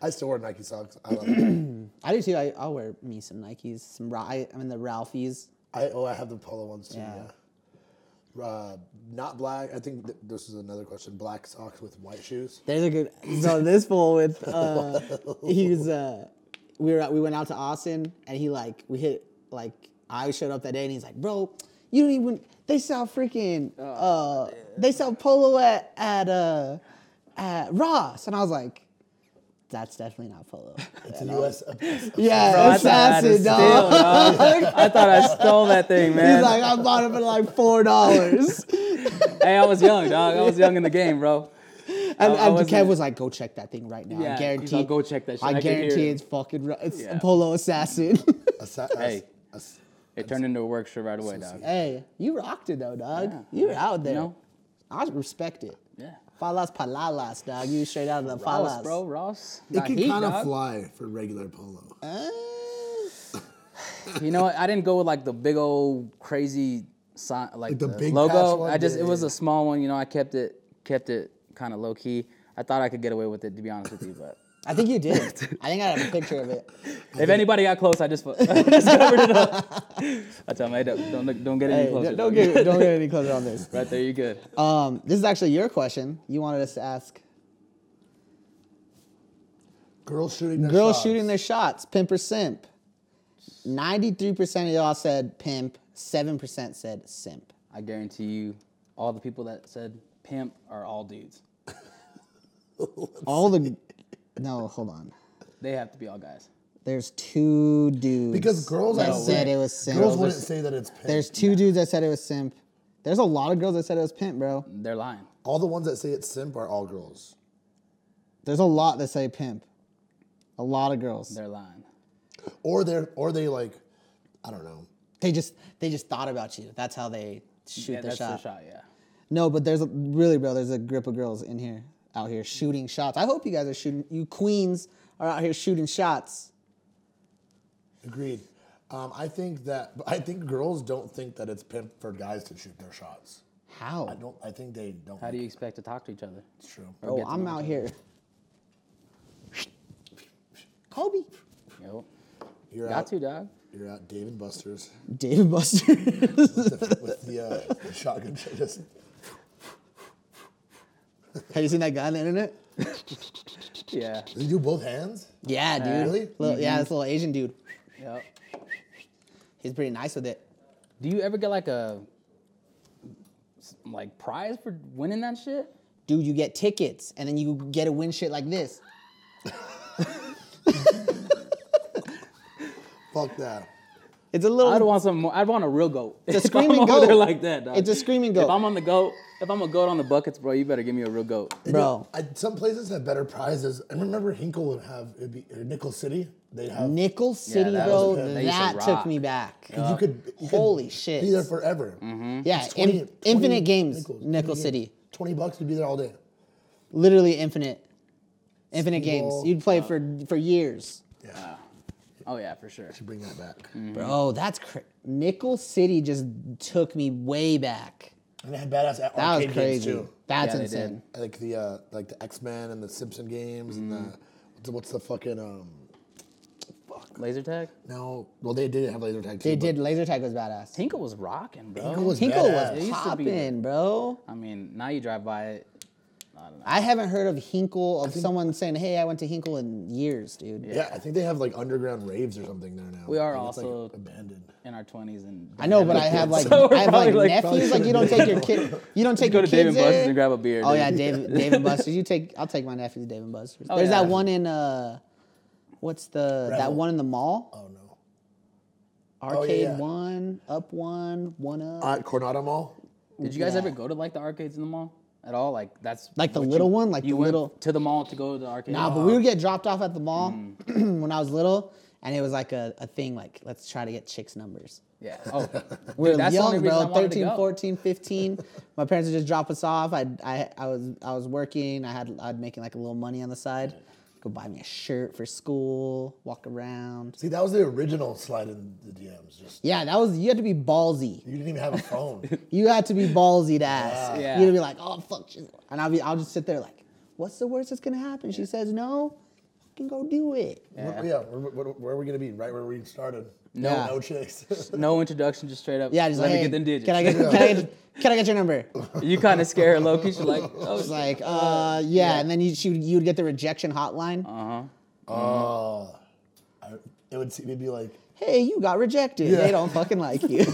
I still wear Nike socks. I love it.
I do too. I, I'll wear me some Nikes, some Ra- I, I'm in the Ralphies.
I oh I have the polo ones too. Yeah.
Yeah.
Uh, not black. I think th- this is another question. Black socks with white shoes.
There's a good. So this fool with uh, he was uh, we were out- we went out to Austin and he like we hit like I showed up that day and he's like, bro, you don't even they sell freaking uh they sell polo at at uh at Ross and I was like, that's definitely not polo.
It's a U.S. a-
yeah,
I
it's
thought I had to
acid,
steal,
dog.
dog. I thought I stole that thing, man.
He's like, I bought it for like four dollars.
hey, I was young, dog. I was young in the game, bro.
And,
I
and Kev
wasn't-
was like, "Go check that thing right now.
Yeah,
I
he's
guarantee.
like, "Go check that shit.
I,
I can hear
guarantee
it."
it's fucking. ru- It's
Yeah.
a polo assassin.
a sa- a-
Hey.
a s-
It turned into a work shirt right away, dog.
hey, you rocked it though, dog.
Yeah.
You were out there.
know?
I respect it.
Yeah.
Falas palalas, dog. You straight out of the
Ross,
falas,
bro, Ross.
it
Got
can
heat,
kind of
dog.
fly for regular polo.
Uh,
You know what? I didn't go with like the big old crazy sign, like
the
the,
big patch
logo.
one?
I just
Yeah,
it was
yeah.
a small one. You know, I kept it kept it kind of low key. I thought I could get away with it, to be honest with you. But
I think you did. I think I have a picture of it.
if anybody got close, I just, fu- just covered it up. I tell them, hey, don't don't, look- don't get any
Hey,
closer.
don't
dog.
get don't get any closer on this.
right there. You're good.
Um, this is actually your question. You wanted us to ask.
Girls shooting. Their
Girls
shots.
shooting their shots, pimp or simp. Ninety-three percent of y'all said pimp. Seven percent said simp.
I guarantee you, all the people that said pimp are all dudes.
All the no, hold on.
They have to be all guys.
There's two dudes.
Because girls, I
that
don't
said
think-
it was simp.
Girls wouldn't say that it's pimp.
There's two dudes that said it was simp. There's a lot of girls that said it was pimp, bro.
They're lying.
all the ones that say it's simp are all girls.
There's a lot that say pimp. A lot of girls.
They're lying.
Or they're or they like, I don't know.
They just they just thought about you. That's how they shoot
yeah,
their
that's
shot.
the shot. Yeah.
No, but there's a, really, bro. There's a grip of girls in here out here shooting shots. I hope you guys are shooting. You queens are out here shooting shots.
Agreed. Um, I think that but I think girls don't think that it's pimp for guys to shoot their shots.
How?
I don't. I think they don't.
How do you expect to talk to each other?
It's true.
Or
Bro,
get to
I'm
know
out
each other?
here. Kobe,
Yep.
You're
Got
out.
to, dog.
You're out. Dave and Buster's
David Buster.
with the, uh, the shotgun. shot, Just,
Have you seen that guy on the internet?
Yeah.
they do both hands.
Yeah, dude.
Really?
Little- Uh,
Mm-hmm.
Yeah, this little Asian dude.
Yep.
He's pretty nice with it.
Do you ever get like a s- like prize for winning that shit?
Dude, you get tickets and then you get to win shit like this.
Fuck that.
It's a little.
I'd want some. More, I'd want a real goat. If I'm
screaming
over
goat.
there like that. Dog.
It's a screaming goat.
If I'm on the goat, if I'm a goat on the buckets, bro, you better give me a real goat.
They
Bro.
do- I, some places have better prizes. I remember Hinkle would have it'd be or Nickel City. They'd have.
Nickel City,
that
bro.
was a- that used to
That took
rock.
me back.
You could you could
Holy shit.
Be there forever.
Yeah,
It's 20
in-
20
infinite games,
nickels,
Nickel
20
City.
Twenty bucks to be there all day.
Literally infinite. Infinite games.
Speedball.
You'd play for for years.
Yeah,
Oh yeah, for sure.
should bring that back.
Mm-hmm.
Bro, that's cra- Nickel City just took me way back.
And they had badass a-
That
arcade
was
games
crazy.
too.
That's
Yeah, they
insane.
did.
Like the uh, like the X Men and the Simpson games
Mm.
and the what's, the what's the fucking um
Laser tag.
no well they did have laser tag too.
They
but
did. Laser tag was badass.
Tinkle was rocking, bro.
Hinkle was
Hinkle
badass.
was
It used to be-
popping, bro.
I mean, now you drive by it.
I haven't heard of Hinkle of someone saying, "Hey, I went to Hinkle in years, dude."
Yeah, I think they have like underground raves or something there now.
We are
Like, it's, like,
also-
abandoned.
in our twenties and
I know, but I have like
So we're
I have like,
probably, like,
nephews. Like you don't take your kid, you don't take
go
your
to Dave
kids
and Buster's
there.
and grab a beer,
Oh
dude.
yeah, Dave, Dave and Buster's. You take, I'll take my nephews to Dave and Buster's.
Oh,
There's that
yeah.
one in uh, what's the that
Revel.
one in the mall?
Oh no.
Arcade
yeah.
one, up one, one
Oh,
up.
Uh, Coronado Mall.
Did you guys
Yeah.
ever go to like the arcades in the mall at all? Like that's
Like the
what
little
you-
one? Like
you
the
went
little-
to the mall to go to the arcade.
Nah, but we would get dropped off at the mall
Mm.
when I was little, and it was like a, a thing. Like let's try to get chicks numbers.
yeah. Oh,
We're
dude, that's the
young,
only reason I
bro.
wanted to
13,
go.
14, 15. My parents would just drop us off. I, I, I was, I was working. I had, I'd making like a little money on the side. Go buy me a shirt for school. Walk around.
See, that was the original slide in the DMs. Just
Yeah, that was. You had to be ballsy.
you didn't even have a phone.
You had to be ballsy to ass.
Yeah.
You'd be like, oh fuck, she's-" and I'll be, I'll just sit there like, what's the worst that's gonna happen? She says no. fucking go do it.
Yeah, yeah where, where, where are we gonna be? Right where we started. No,
Yeah.
no chicks.
No introduction, just straight up.
Yeah, just
let
like,
me
hey,
get them digits.
Can I get, can I get, can I get your number?
you kind of scare her, Loki. She's like, oh,
It's like, uh, yeah, and then you she would, you would get the rejection
Uh-huh.
hotline. Mm-hmm.
Oh, I- it would seem to be like
hey, you got rejected. They don't fucking like you.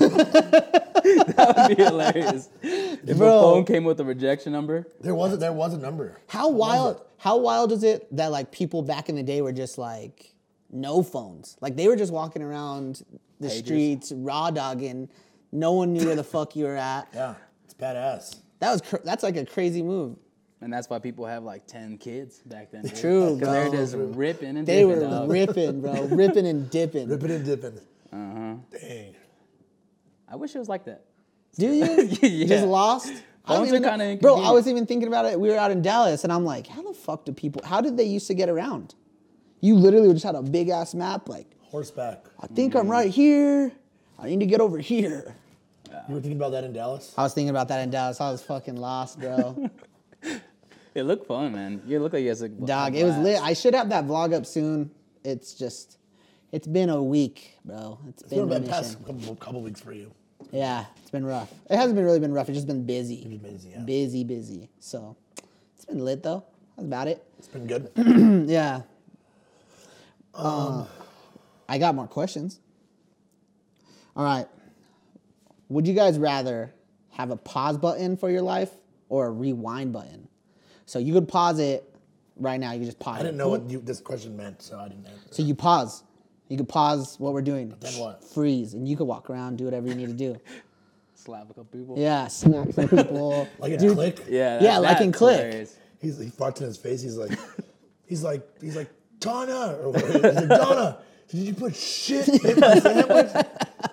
that'd be hilarious. If
Bro.
a phone came with a rejection number,
there was a, there was a number.
How wild? How wild is it that like people back in the day were just like no phones? Like they were just walking around the streets raw dogging. No one knew where the fuck you were at.
Yeah, it's badass.
That was cr- that's like a crazy move.
and that's why people have like ten kids back then. dude.
True,
'Cause They're
bro.
just ripping and
They
dipping.
were
dog.
ripping, bro, ripping and dipping.
Ripping and dipping. Uh huh.
Mm-hmm.
Dang.
I wish it was like that.
Do you? You
Yeah.
Just lost. I don't
Phones are
even know- Bro,
kinda
I
inconvenient.
was even thinking about it. We were out in Dallas, and I'm like, how the fuck do people? How did they used to get around? You literally just had a big ass map. Like,
Horseback.
I think I'm right here. I need to get over here.
You were thinking about that in Dallas?
I was thinking about that in Dallas. I was fucking lost, bro.
It looked fun, man. You look like you guys like
Dog, it was lit. I should have that vlog up soon. It's just, it's been a week, bro. It's
It's been
been a
about the
mission.
past couple, couple weeks for you.
Yeah, it's been rough. It hasn't been really been rough. It's just been busy.
You've been busy, yeah.
Busy, busy. So, it's been lit though. That's about it.
It's been good.
yeah. Um, I got more questions. All right. Would you guys rather have a pause button for your life or a rewind button? So you could pause it right now. You could just pause.
I didn't
it.
know what you, this question meant, so I didn't answer.
So you pause. You could pause what we're doing.
then what?
Freeze, and you could walk around, do whatever you need to do.
slap a couple people.
Yeah, smack some people.
Like a click.
yeah,
Yeah, like in
that's
Click.
hilarious.
He's, he farts in his face. He's like, he's like, he's like, Donna. Or what- he's like, Donna, did you put shit in my sandwich?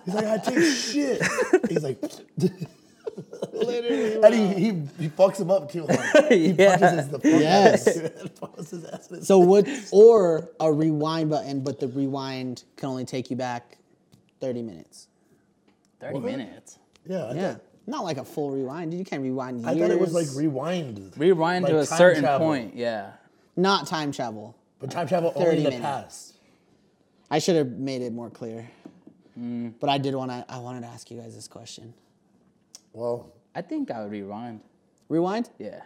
He's like, I take shit. He's like,
Literally,
and he, he, he fucks him up too hard. He
Yeah.
punches his, the fuck
Yes.
out of him. Punches his ass in his-
So what? Or a rewind button, but the rewind can only take you back thirty minutes.
Thirty minutes.
yeah, I
Yeah,
Thought,
not like a full rewind. dude. You can't rewind years.
I thought it was like rewind.
Rewind
Like
to a
time
certain
travel.
point. Yeah.
not time travel.
But time travel only
30
in the
minutes.
past.
I should have made it more clear.
Mm.
But I did want to. I wanted to ask you guys this question.
Well,
I think I would rewind.
Rewind.
Yeah.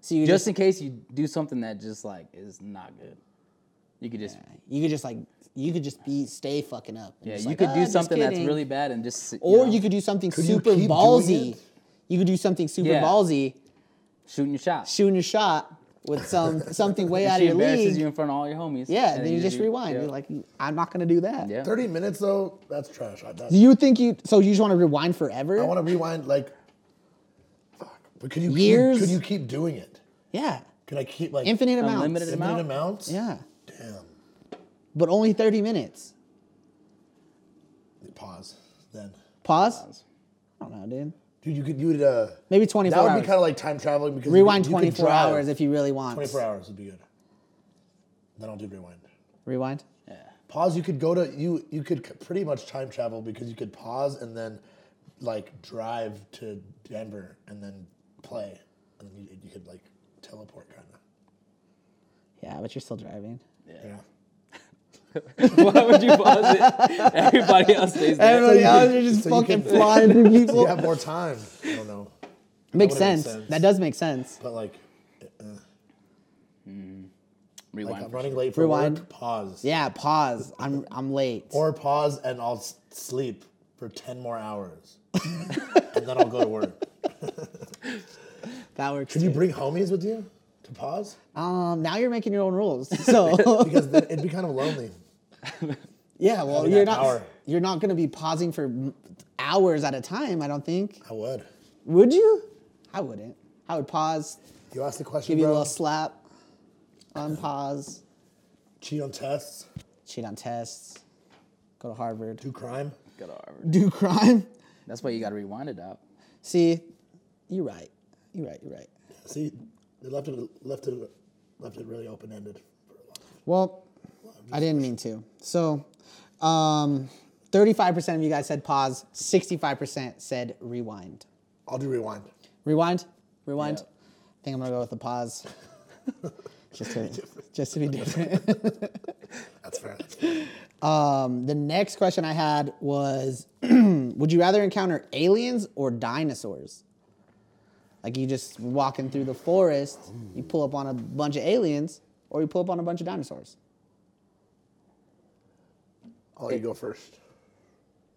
So you
Just
just,
in case you do something that just like is not good. You could just
you could just like you could just be stay fucking up. and
Yeah,
just
you
like,
could
"Ah,
do
just
something that's
kidding."
really bad and just sit-
Or
know,
you could do something
Could you
super
keep doing
ballsy.
it?
You could do something super
Yeah.
ballsy,
shooting your shot.
shooting your shot with some something way
And
out
she
of your
embarrasses
league.
you in front of all your homies.
Yeah,
and
then you just rewind.
yeah.
You're like, I'm not gonna do that.
Yeah.
30 minutes though, that's trash. I,
Do
that,
you think you? So you just want to rewind forever?
I want to rewind like, fuck. But could you
Years?
Keep, could you keep doing it?
yeah,
Could I keep like
infinite amounts.
Unlimited
infinite
amount?
amounts?
Yeah,
Damn.
but only 30 minutes.
Pause. Then,
Pause. I don't know, dude.
dude, you could you would uh.
Maybe 24
That would
hours.
be kind of like time traveling because you
rewind
could- you could
24
drive.
hours if you really want.
24 hours would be good. Then I'll do rewind.
Rewind.
Pause. You could go to you. You could c- pretty much time travel because you could pause and then, like, drive to Denver and then play, and then you, you could like teleport kind of.
Yeah, but you're still driving.
Yeah.
Why would you pause it? Everybody else stays there.
Everybody
you
else,
could-
you're just
so you
fucking
could-
flying through
So you
people.
have more time. I don't know,
makes
That would've
sense.
made sense.
That does make sense.
but like, uh, like
Rewind.
I'm running late for
Rewind.
work. Pause.
Yeah, pause. I'm I'm late.
Or pause and I'll s- sleep for ten more hours, and then I'll go to work.
that works.
Could you
too.
bring homies with you to pause?
um, now you're making your own rules. So
Because then it'd be kind of lonely.
yeah, well,
Having
you're
that
not
power.
you're not gonna be pausing for m- hours at a time. I don't think.
I would.
Would you? I wouldn't. I would pause,
You asked the question,
give you a
bro.
little slap, unpause,
Cheat on tests,
cheat on tests, go to Harvard,
do crime.
Good Harvard.
do crime.
That's why you gotta rewind it out.
See, you're right. You're right. You're right.
See, they left it left it left it really open ended.
Well, I didn't mean to. So, um, 35% of you guys said pause, 65% said rewind.
I'll do rewind.
Rewind? Rewind?
Yeah.
I think I'm gonna go with the pause. Just to, just to be different.
That's fair. That's fair.
Um, the next question I had was Would you rather encounter aliens or dinosaurs? Like you just walking through the forest, you pull up on a bunch of aliens, or you pull up on a bunch of dinosaurs.
I'll let you go first.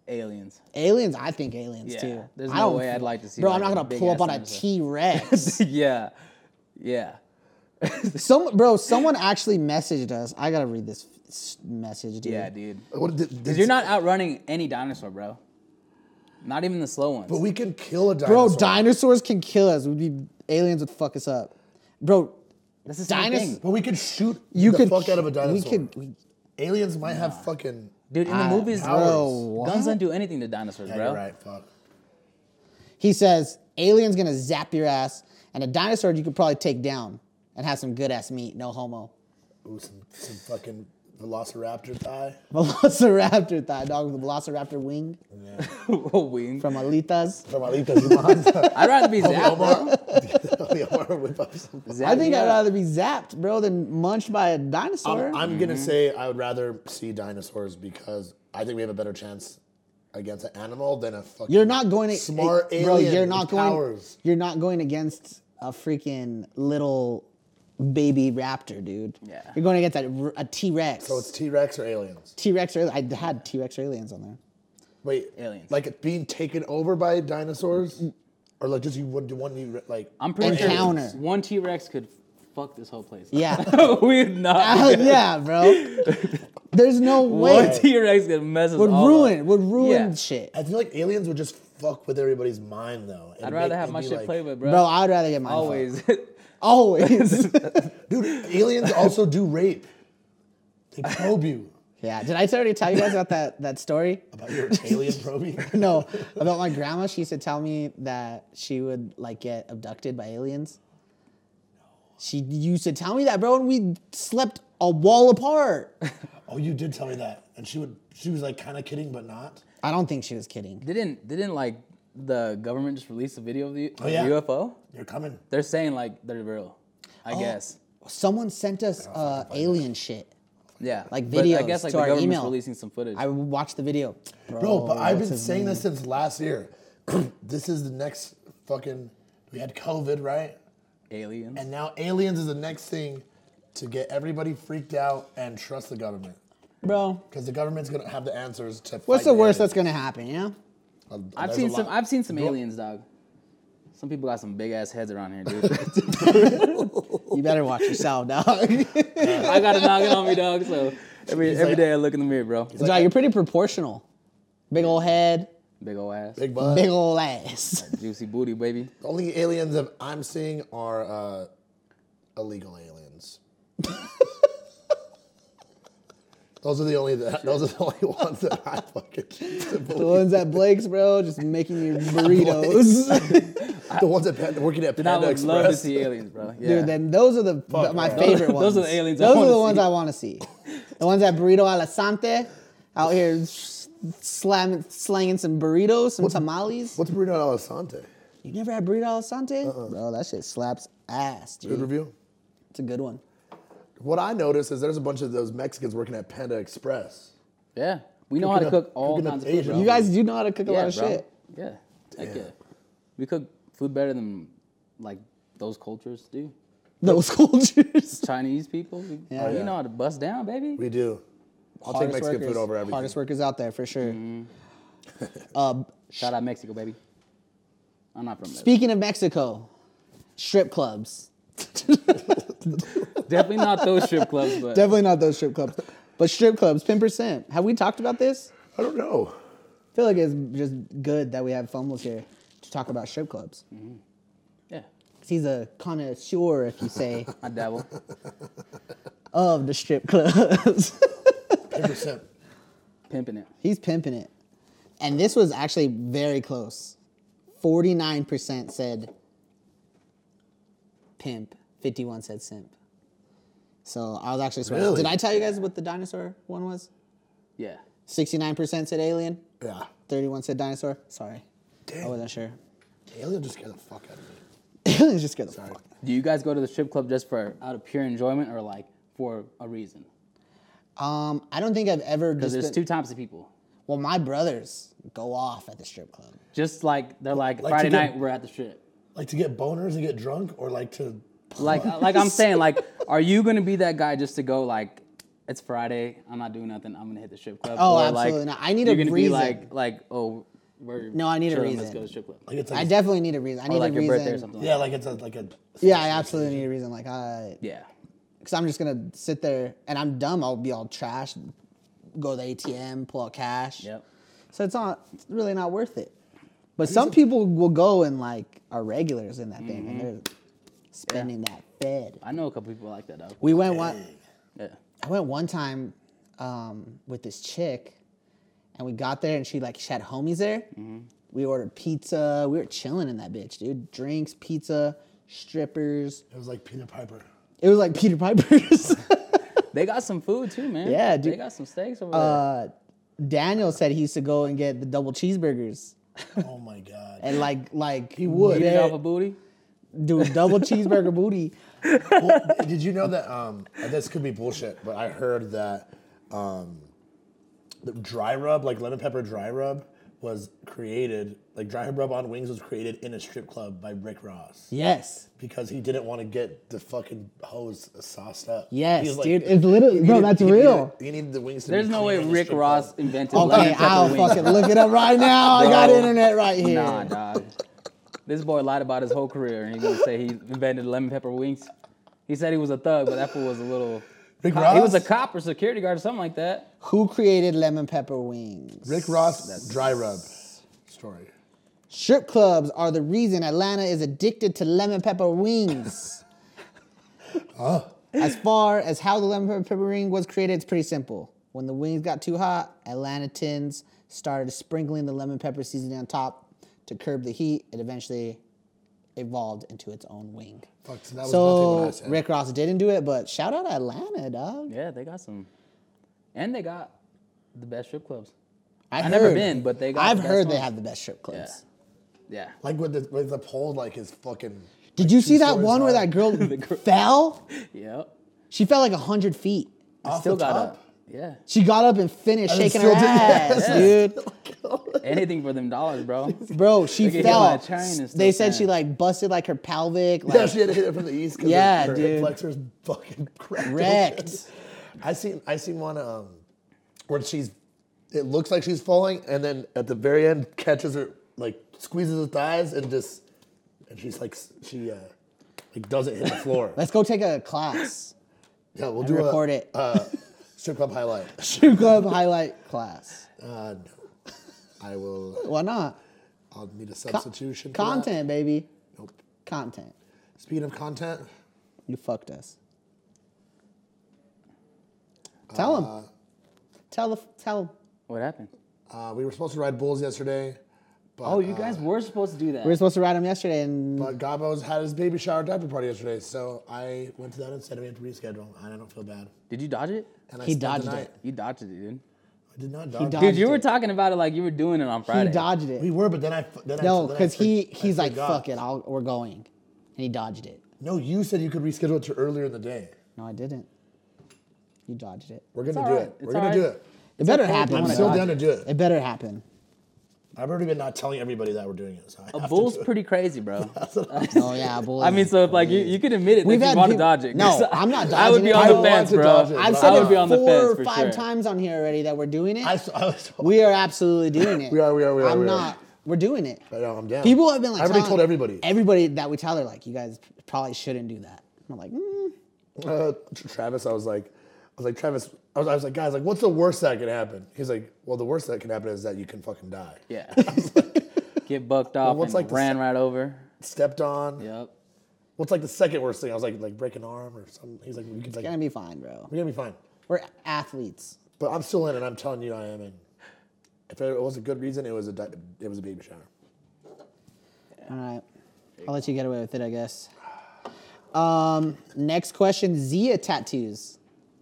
Aliens.
Aliens, I think aliens
Yeah,
too.
there's
I
no
don't
way
f-
I'd like to see,
Bro, I'm
like,
not
a
gonna
big
pull up
ass
on a
dinosaur.
T Rex.
yeah. Yeah.
Some bro, someone actually messaged us. I gotta read this f- s- message, dude.
Yeah, dude.
What did, did,
Because you're not outrunning any dinosaur, bro. Not even the slow ones.
But we can kill a
Bro,
dinosaur.
dinosaurs can kill us. We'd be aliens would fuck us up. Bro,
That's the same
dinos-
thing.
But we could shoot
you
the
could
fuck out of a dinosaur.
We could we,
Aliens might have fucking.
Dude, in the movies,
Ah, bro, what?
guns don't do anything to dinosaurs,
Yeah,
bro.
you're right. Fuck.
He says, alien's gonna zap your ass, and a dinosaur you could probably take down and have some good ass meat, no homo.
Ooh, some, some fucking Velociraptor thigh.
Velociraptor thigh dog with a velociraptor wing
Oh, wing.
from Alitas.
From Alita's Iman.
I'd rather be zapped.
Omar. Omar whip up something.
Zapped,
I think
yeah.
I'd rather be zapped, bro, than munched by a dinosaur.
I'm, I'm
Mm-hmm.
gonna say I would rather see dinosaurs because I think we have a better chance against an animal than a fucking.
you're not going to
smart
eh,
alien
you're
with
not going.
powers.
You're not going against a freaking little baby raptor, dude.
Yeah.
You're going against a, r- a T Rex.
So it's T Rex or aliens.
T Rex. I had T Rex aliens on there.
Wait,
Aliens.
Like it being taken over by dinosaurs,
Mm.
or like just you would one you like.
I'm pretty sure
Encounter.
one T Rex could fuck this whole place. up.
Yeah.
We'd not.
Hell Uh, yeah, bro. There's no way.
One T Rex could mess us
would
all
ruin
up.
would ruin
Yeah.
shit.
I feel like aliens would just fuck with everybody's mind though. It'd
I'd rather
make-
have my
it'd be
shit
like-
played with, bro.
Bro, I'd rather get mine. fucked.
Always.
Always.
Dude, aliens also do rape. They probe you
yeah. Did I already tell you guys about that that story?
about your alien probing.
No. About my grandma, she used to tell me that she would like get abducted by aliens. She used to tell me that, bro, and we slept a wall apart.
Oh, you did tell me that, and she would. She was like kind of kidding, but not.
I don't think she was kidding.
didn't didn't like the government just release a video of the,
Oh,
of the
yeah.
UFO?
You're coming.
They're saying like they're real. I
Oh.
guess.
Someone sent us uh, alien shit.
Yeah.
Like
But I
videos
guess like
to
the
our
government's
email.
releasing some footage.
I watched the video.
Bro, but I've
what's
been
his
saying
name?
this since last year. this is the next fucking. We had COVID, right?
Aliens.
And now aliens is the next thing to get everybody freaked out and trust the government.
Bro,
Because the government's gonna have the answers to.
what's
fight
the worst that's
aliens.
gonna happen, yeah?
Uh,
I've
there's
seen
a
some
lot.
I've seen some aliens, dog. Some people got some big ass heads around here, dude.
You better watch yourself, dog.
I got a noggin on me, dog. So every every
He's like-
day I look in the mirror, bro.
Dog, you're pretty proportional. Big old head,
Big old ass,
Big butt.
big old ass.
juicy booty, baby.
The only aliens that I'm seeing are uh, illegal aliens. those are the only that, those are the only ones that I fucking
the ones at Blake's, bro, just making you burritos.
the ones that pan, working at
And I
Panda
would
Express.
love to see aliens, bro. Yeah.
Dude, then those are the
Fuck,
my
bro.
favorite ones.
Those- those are the aliens I
Those are
wanna
the ones
see.
I want to see. The ones at Burrito Alasante, out here s- slamming, slanging some burritos, some tamales.
What's Bruno Alessante?
You never had Burrito Alasante, bro? That shit slaps ass,
Uh-uh. Good
dude.
review.
It's a good one.
What I noticed is there's a bunch of those Mexicans working at Panda Express.
Yeah. We know how to
Cooking up-
cook all
cooking up
kinds of food,
Asian
bro.
You guys do know how to cook a
yeah,
lot of
bro.
shit.
Yeah. Heck yeah. We cook food better than like those cultures do.
Those cultures.
Chinese people, we, Oh,
Yeah.
you know how to bust down, baby.
Oh, We do. I'll take
Hardest
Mexican
workers.
food over everything. Mm-hmm.
Hardest workers out there for sure. Um,
Shout out Mexico, baby. I'm not from Mexico.
Speaking of Mexico, strip clubs.
Definitely not those strip clubs, but
Definitely not those strip clubs, but strip clubs, 10%. Have we talked about this?
I don't know.
I feel like it's just good that we have Fumbles here to talk about strip clubs.
yeah,
'Cause He's a connoisseur, if you say,
I dabble.
of the strip clubs.
10%.
Pimping it.
He's pimping it. And this was actually very close. 49% said pimp, 51 said simp. So I was actually surprised.
Really?
Did I tell you guys what the dinosaur one was?
Yeah.
69% said alien,
yeah.
31 said dinosaur. Sorry. I
Dang.
wasn't sure.
Alien just scared the fuck out of me.
aliens just scare the fuck.
Do you guys go to the strip club just for out of pure enjoyment or like for a reason?
Um, I don't think I've ever just
Because there's
been-
two types of people.
well, my brothers go off at the strip club.
Just like they're like,
Like to
Friday
get-
night we're at the strip.
Like to get boners and get drunk, or like to
Like like I'm saying like, are you gonna be that guy just to go like? It's Friday. I'm not doing nothing. I'm gonna hit the strip club.
Oh,
Or, like,
absolutely not. I need
you're
a
gonna Be
reason.
like like oh, we're
No, I need a
chilling,
reason.
Let's go to the strip club.
like it's
I
like,
definitely need a reason. I need
or like
a
your
reason.
birthday or something. Like
yeah, like it's a like a
Yeah, I absolutely need a reason. Like I,
that. Yeah.
because I'm just gonna sit there and I'm dumb. I'll be all trashed. Go to the ATM, pull out cash.
Yep.
So it's not it's really not worth it. But some people will go and like are regulars in that thing and they're spending that bed.
I know a couple people like that though.
We went one.
yeah.
I went one time um, with this chick, and we got there, and she like she had homies there. We ordered pizza. We were chilling in that bitch, dude. Drinks, pizza, strippers.
It was like Peter Piper.
It was like Peter Piper's.
They got some food too, man.
Yeah,
They
dude.
got some steaks over there.
uh, Daniel said he used to go and get the double cheeseburgers
Oh my god.
and like like he
would.
Eat it off
do
a booty.
dude double cheeseburger booty.
Well, did you know that? Um, this could be bullshit, but I heard that um, the dry rub, like lemon pepper dry rub, was created. Like dry rub on wings was created in a strip club by Rick Ross
Yes,
because he didn't want to get the fucking hose sauced up. He
yes,
was like-
dude. It's literally
he
no,
needed-
that's
he needed-
real.
He needed the wings. To
There's
be
no
clean
way
in the
Rick
strip
Ross
club.
invented lemon
Okay,
pepper
I'll
wings.
fucking look it up right now. I got
Bro.
internet right here.
Nah, dog. This boy lied about his whole career, and he's gonna say he invented lemon pepper wings. He said he was a thug, but that fool was a little.
Rick
cop- He was a
Ross?
cop or security guard or something like that.
Who created lemon pepper wings?
Rick Ross dry rub story.
Strip clubs are the reason Atlanta is addicted to lemon pepper wings. As far as how the lemon pepper wing was created, it's pretty simple. When the wings got too hot, Atlantans started sprinkling the lemon pepper seasoning on top to curb the heat. It eventually evolved into its own wing.
Fuck, so that was nothing what
So
I said.
Rick Ross didn't do it, but shout out Atlanta, dog.
Yeah, they got some, and they got the best strip clubs.
I
I've never
heard-
been, but they got.
I've
the best
heard they
ones.
have the best strip clubs.
Yeah.
Like with the with the pole, like his fucking.
Did
like
you
two
see that
stories
one where
high.
that girl, fell?
Yeah. Yep.
She fell like hundred feet.
Off
Still
the
got
top?
up. Yeah.
She got up and finished
And
shaking her
still did-
ass, dude.
Anything for them dollars, bro.
Bro, she
Look at him
fell.
on a train and
they
still
said she
fine.
like busted like her pelvic, like
Yeah, she had to hit it from the east. 'cause
Yeah,
her, her
dude.
flexors fucking cracked.
Wrecked.
open. I seen I seen one um where she's it looks like she's falling, and then at the very end catches her like squeezes her thighs and just and she's like s- she uh like doesn't hit the floor.
let's go take a class.
yeah, we'll
and
do a,
record it.
Uh, strip club highlight.
Strip club highlight class.
Uh, no. I will.
Why not?
I'll need a
Co-
substitution. for that.
content, baby.
Nope.
Content.
Speaking of content,
You fucked us. Tell him.
Uh,
tell the tell 'em.
What happened?
uh, we were supposed to ride bulls yesterday. But,
Oh, you
uh,
guys were supposed to do that.
We were supposed to ride him yesterday, and
But Gabbo's had his baby shower diaper party yesterday, so I went to that instead. We had to reschedule, and I don't feel bad.
Did you dodge it?
And I
He
spent the
dodged it.
night-
You dodged it, dude.
I did not dodge.
dodged
it.
Dude, you were
it.
talking about it like you were doing it on Friday.
he dodged it.
We were, but then I f- then I-
no,
then I
because he
for- I
he's like,
forgot.
fuck it, I'll, we're going, and he dodged it.
No, you said you could reschedule it to earlier in the day.
No, I didn't. You dodged it.
We're gonna
It's
do
alright.
it.
It's
we're gonna
alright.
do it.
It better
okay if
happen.
you
I'm
wanna
when I
still
dodge
down to do it.
It better happen.
I've already been not telling everybody that we're doing it. So I
A
have
bull's
to do it.
pretty crazy, bro.
Oh yeah, boy.
I mean, so if like you, you can admit it,
We've
We've that
had
you want to
people-
dodge it.
No,
'cause
I'm not
I
dodging
would be
it.
on
I
the
don't
fence,
want to
bro.
dodge it.
I
I've said
would
it
be on the
four
fence
or
for
five
sure.
times on here already that we're doing it.
I, s- I was.
we are absolutely doing it.
We are, we are, we are,
I'm
we are.
not. We're doing it.
I know, I'm down.
People have been like.
I already
telling-
told everybody.
Everybody that we tell, they're like, "You guys probably shouldn't do that." I'm like, mm,
uh, Tr- Travis, I was like, I was like Travis, I was, I was like, guys, like, what's the worst that can happen? He's like, well, the worst that can happen is that you can fucking die.
Yeah. Get bucked off
what's
and
like the
ran
se-
right over.
Stepped on.
Yep.
What's like the second worst thing? I was like, like break an arm or something. He's like, we could like,
"Gonna be fine, bro.
we're gonna be fine.
We're athletes."
But I'm still in, and I'm telling you, I am in. If it was a good reason, it was a di- it was a baby shower.
All right, I'll let you get away with it, I guess. Um, next question: Zia tattoos.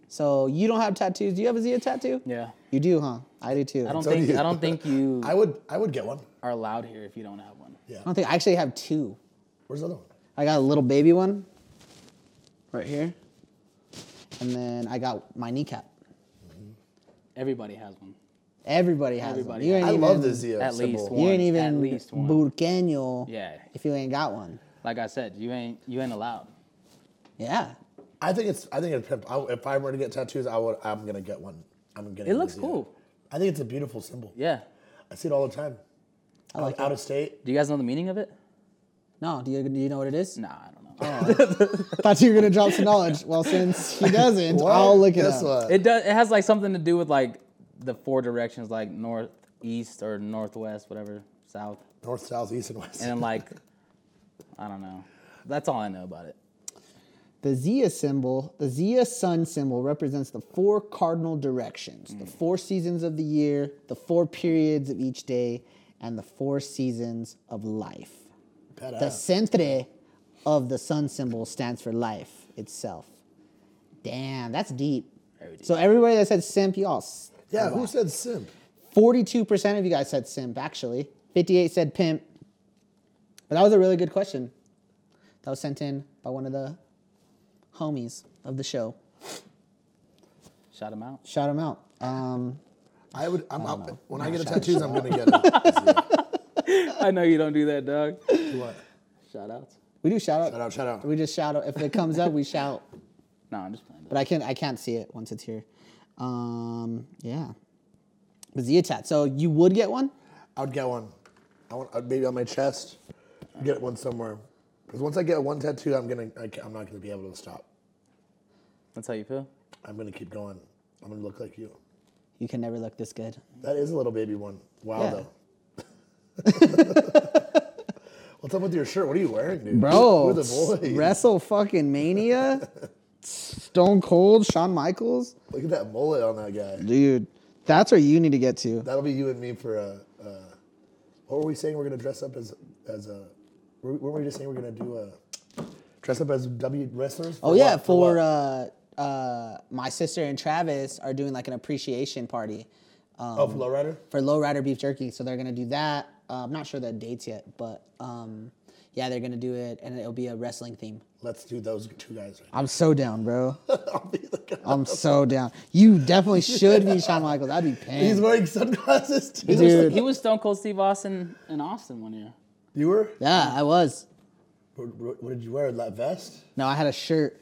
So you don't have tattoos? Do you have a Zia tattoo?
Yeah.
You do, huh? I do too.
I don't
only
think
you.
I don't think you
I would I would get one.
are allowed here if you don't have one.
I don't think I actually have two.
Where's the other one?
I got a little baby one right here, and then I got my kneecap.
Everybody has one.
Everybody has Everybody
Everybody
You
has
ain't
I
even,
love this Zio
at least
symbol.
You ain't
One, at
even
least one.
Burqueño
Yeah.
if you ain't got one.
Like I said, you ain't you ain't allowed.
Yeah.
I think it's. I think it's pimped. I, if I were to get tattoos, I would. I'm gonna get one. I'm gonna.
It looks cool.
I think it's a beautiful symbol.
Yeah.
I see it all the time. I
like
out of state.
Do you guys know the meaning of it?
No, do you, do you know what it is?
Nah, I don't know.
Thought you were gonna drop some knowledge. Well, since he doesn't, I'll look it
Guess
up.
what?
It does. It has like something to do with like the four directions, like north, east, or northwest, whatever, south,
North, south, east, and west.
and then like I don't know. That's all I know about it.
The Zia symbol, the Zia sun symbol, represents the four cardinal directions,
Mm.
the four seasons of the year, the four periods of each day, and the four seasons of life.
Badass.
The centre of the sun symbol stands for life itself. Damn, that's deep. So everybody that said simp, y'all, s-
yeah. Who said simp?
42% of you guys said simp, actually. 58 said pimp. But that was a really good question. That was sent in by one of the homies of the show.
Shout them out.
Shout him out. Um,
I would. I'm. I am when I get a tattoos, I'm gonna get it.
I know you don't do that, dog.
what?
Shout outs.
we do shout out.
Shout out! Shout out!
We just shout out. If it comes up, we shout.
No, I'm just playing.
But I can't. I can't see it once it's here. Um, yeah. But Zia chat. So you would get one.
I would get one. I want uh, maybe on my chest. Get one somewhere. Because once I get one tattoo, I'm gonna. I, ca- I'm not gonna be able to stop.
That's how you feel.
I'm gonna keep going. I'm gonna look like you.
You can never look this good.
That is a little baby one. Wow,
Yeah.
though. What's up with your shirt? What are you wearing, dude?
Bro,
we're the boys.
Wrestle fucking Mania, Stone Cold, Shawn Michaels,
Look at that mullet on that guy.
dude. That's where you need to get to.
That'll be you and me for a. Uh, uh, what were we saying? We're gonna dress up as as a. were we- Weren't we just saying we're gonna do a dress up as W wrestlers?
Oh yeah,
what?
for
what?
uh, uh, my sister and Travis are doing like an appreciation party um,
oh for lowrider.
for Lowrider Beef Jerky. So they're gonna do that. Uh, I'm not sure the dates yet, but um, yeah, they're gonna do it, and it'll be a wrestling theme.
Let's do those two guys. Right
I'm so down, bro.
now. I'll be the guy.
I'm so down. You definitely should be Shawn Michaels. I'd be
He's
paying.
wearing sunglasses too.
Dude.
He was Stone Cold Steve Austin in Austin one year.
You were.
Yeah, I was.
What, what what did you wear? That vest.
No, I had a shirt.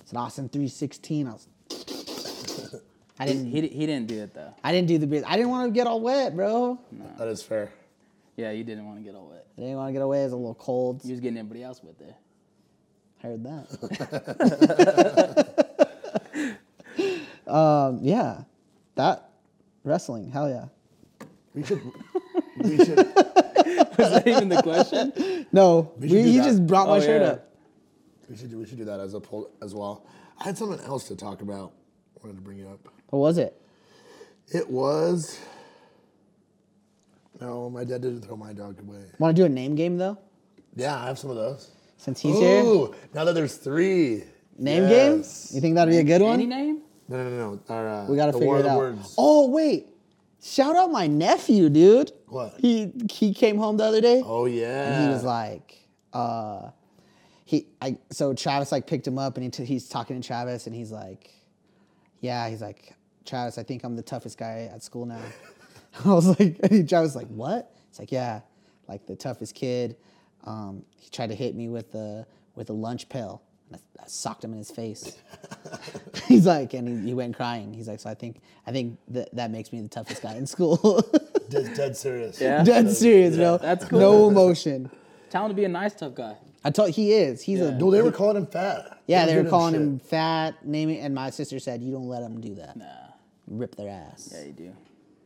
It's an Austin 316. I was. I didn't.
He, he didn't do it though.
I didn't do the beard. I didn't want to get all wet, bro.
That is fair.
Yeah, you didn't want to get all wet.
I didn't want to get away. It was a little cold.
You was getting everybody else wet there.
Heard that. um, yeah, that wrestling. Hell yeah.
We should. we should.
Was that even the question?
No, we,
We should do
he
that.
just brought my
Oh,
shirt
yeah.
up.
We should do, we should do that as a poll as well. I had something else to talk about. I wanted to bring it up.
What was it?
It was. No, my dad didn't throw my dog away.
Want to do a name game though?
Yeah, I have some of those.
Since he's here,
Ooh, now that there's three.
name
Yes.
game. You think that'd be a good
Any
one?
name?
No, no, no, no. Our, uh,
we gotta
the
figure
War
it
of the
out.
Words. Oh.
Oh wait, shout out my nephew, dude.
What? Oh,
He he came home the other day.
yeah.
And he was like, uh, he, I, so Travis like picked him up and he t- he's talking to Travis and he's like, yeah, he's like, Travis, I think I'm the toughest guy at school now. I was like, and Travis was like, what? It's like, yeah, like the toughest kid. Um, he tried to hit me with a, with a lunch pail. And I, I socked him in his face. he's like, and he, he went crying. He's like, so I think, I think that that makes me the toughest guy in school.
dead, dead serious.
Yeah.
Dead serious, bro.
That's
No emotion.
Tell him to be a nice tough guy.
I told he is. He's a
No, they were calling him fat.
yeah. They
were
were calling
shit.
him fat, naming, and my sister said, "You don't let him do that. Rip their ass."
Yeah, you do.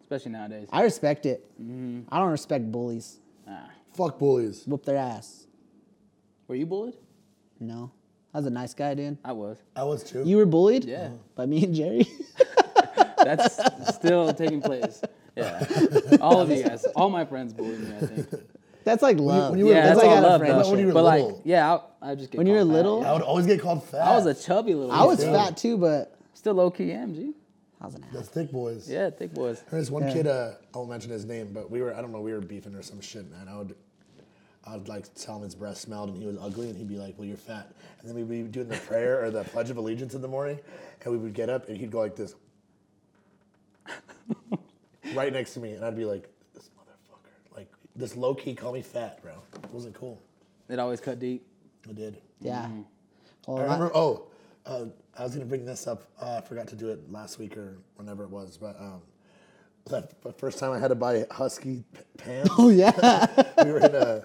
Especially nowadays.
I respect it.
Mm-hmm.
I don't respect bullies.
Nah.
Fuck bullies.
Whoop their ass.
Were you bullied?
You know, I was a nice guy, dude.
I was.
I was too.
You were bullied.
Yeah.
By me and Jerry.
That's still taking place. Yeah. All of you guys, all my friends bullied me, I think.
that's like love.
when you were
yeah, that's
like
all
out of
love,
friendship.
though.
When you were
but like,
little.
yeah, I, I just get
When you were
called fat,
little?
yeah.
I would always get called fat.
I was a chubby little.
I was
kid.
fat too, but
Still low key MG.
I was an ass.
That's thick boys.
Yeah, thick boys.
There was one kid. Uh, I won't mention his name, but we were—I don't know—we were beefing or some shit, man. I would, I would like tell him his breath smelled and he was ugly, and he'd be like, "Well, you're fat." And then we'd be doing the prayer or the Pledge of Allegiance in the morning, and we would get up, and he'd go like this, right next to me, and I'd be like, "This motherfucker!" Like this low key call me fat, bro. It wasn't cool.
It always cut deep.
I did.
Yeah. Well,
Mm-hmm. I
my-
remember. Oh, uh, I was gonna bring this up. Uh, I forgot to do it last week or whenever it was, but um, that f- first time I had to buy husky p- pants.
oh yeah.
we were in a,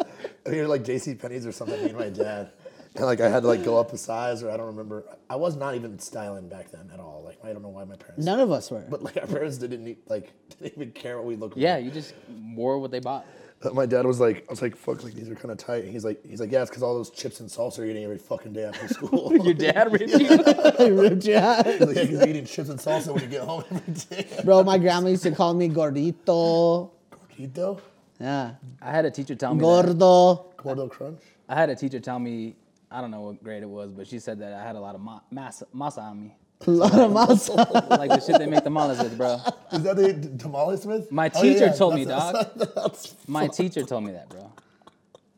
we were like J.C. Penney's or something. Me and my dad, and like I had to like go up a size, or I don't remember. I was not even styling back then at all. Like I don't know why my parents.
None of us were.
But like our parents didn't need, like didn't even care what we looked
Yeah,
like.
you just wore what they bought.
Uh, My dad was like, I was like, fuck, like these are kind of tight. And he's like, he's like, yeah, it's because all those chips and salsa you're eating every fucking day after school.
Your dad ripped you.
They ripped you out.
yeah, because you're eating chips and salsa when you get home every day.
Bro, my grandma used to call me gordito.
Gordito?
Yeah.
I had a teacher tell me. that-
Gordo.
Gordo Crunch?
I had a teacher tell me. I don't know what grade it was, but she said that I had a lot of ma- masa, masa on me,
A lot of muscle.
like the shit they make the malas with, bro.
Is that the d- tamales with?
My
Oh,
teacher
yeah,
told me,
that's-
dog.
that's-
My teacher told me that, bro.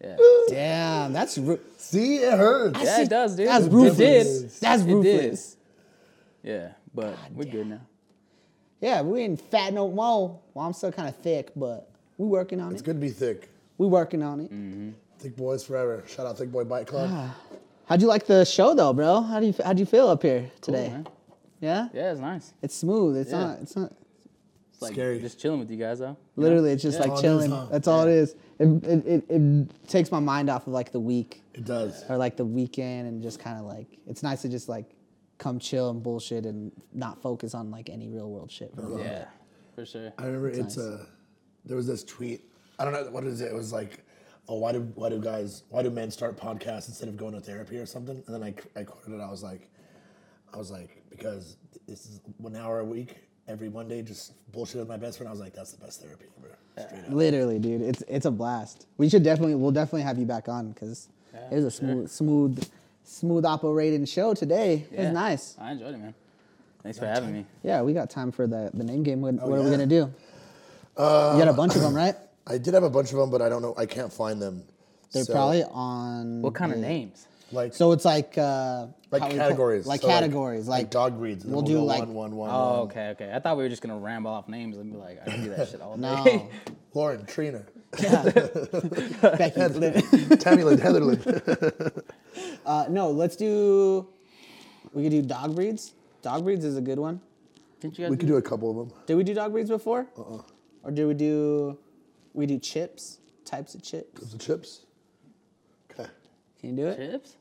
Yeah,
Damn, that's ru-
See, it hurts.
yeah, it does, dude.
That's
It
ruthless.
did.
That's
It did.
ruthless.
Yeah, but we're good now.
Yeah, we ain't fat no more. Well, I'm still kind of thick, but we working on
It's
it.
good to be thick.
We working on it.
Thick boys forever. Shout out Thick Boy Bike Club.
Ah.
How'd you like the show though, bro? How do you how'd you feel up here today?
man.
Yeah?
Yeah, it's nice.
It's smooth. It's
Yeah.
not. It's not.
It's like
Scary.
just chilling with you guys though.
Literally, it's just
Yeah.
like
That's all it is,
chilling.
huh?
That's all it is. It, it, it, it takes my mind off of like the week
It does.
or like the weekend and just kind of like it's nice to just like come chill and bullshit and not focus on like any real world shit. bro.
Yeah, for sure.
I remember it's uh, there was this tweet. I don't know what is it. It was like, oh, why do why do guys why do men start podcasts instead of going to therapy or something? And then I I quoted it. I was like, I was like because this is one hour a week every Monday just bullshit with my best friend. I was like, that's the best therapy ever. Straight up.
Literally, dude, it's it's a blast. We should definitely we'll definitely have you back on because it was a smooth smooth smooth operating show today. It
Yeah.
was nice.
I enjoyed it, man. Thanks for having me.
Yeah, we got time for the the name game. What, what are we
Oh, yeah. Uh,
gonna do? you got a bunch of them, right?
I did have a bunch of them, but I don't know. I can't find them.
They're
So,
probably on.
What kind of names?
like
So it's like uh,
like
how we call-
categories.
like
So,
categories, like,
dog breeds. and then
we'll do,
go
like-
one one one.
Oh,
one.
okay, okay. I thought we were just gonna ramble off names and be like, I can do that shit all day.
No,
Lauren, Trina,
Becky. Lynn.
Tammy Lynn, Heather Lynn.
Uh, no, let's do. We could do dog breeds. Dog breeds is a good one.
Didn't you guys?
we could do a couple of them.
Did we do dog breeds before? Uh-uh. Or did we do? We do chips. Types of chips.
The chips. Okay.
Can you do it?
chips?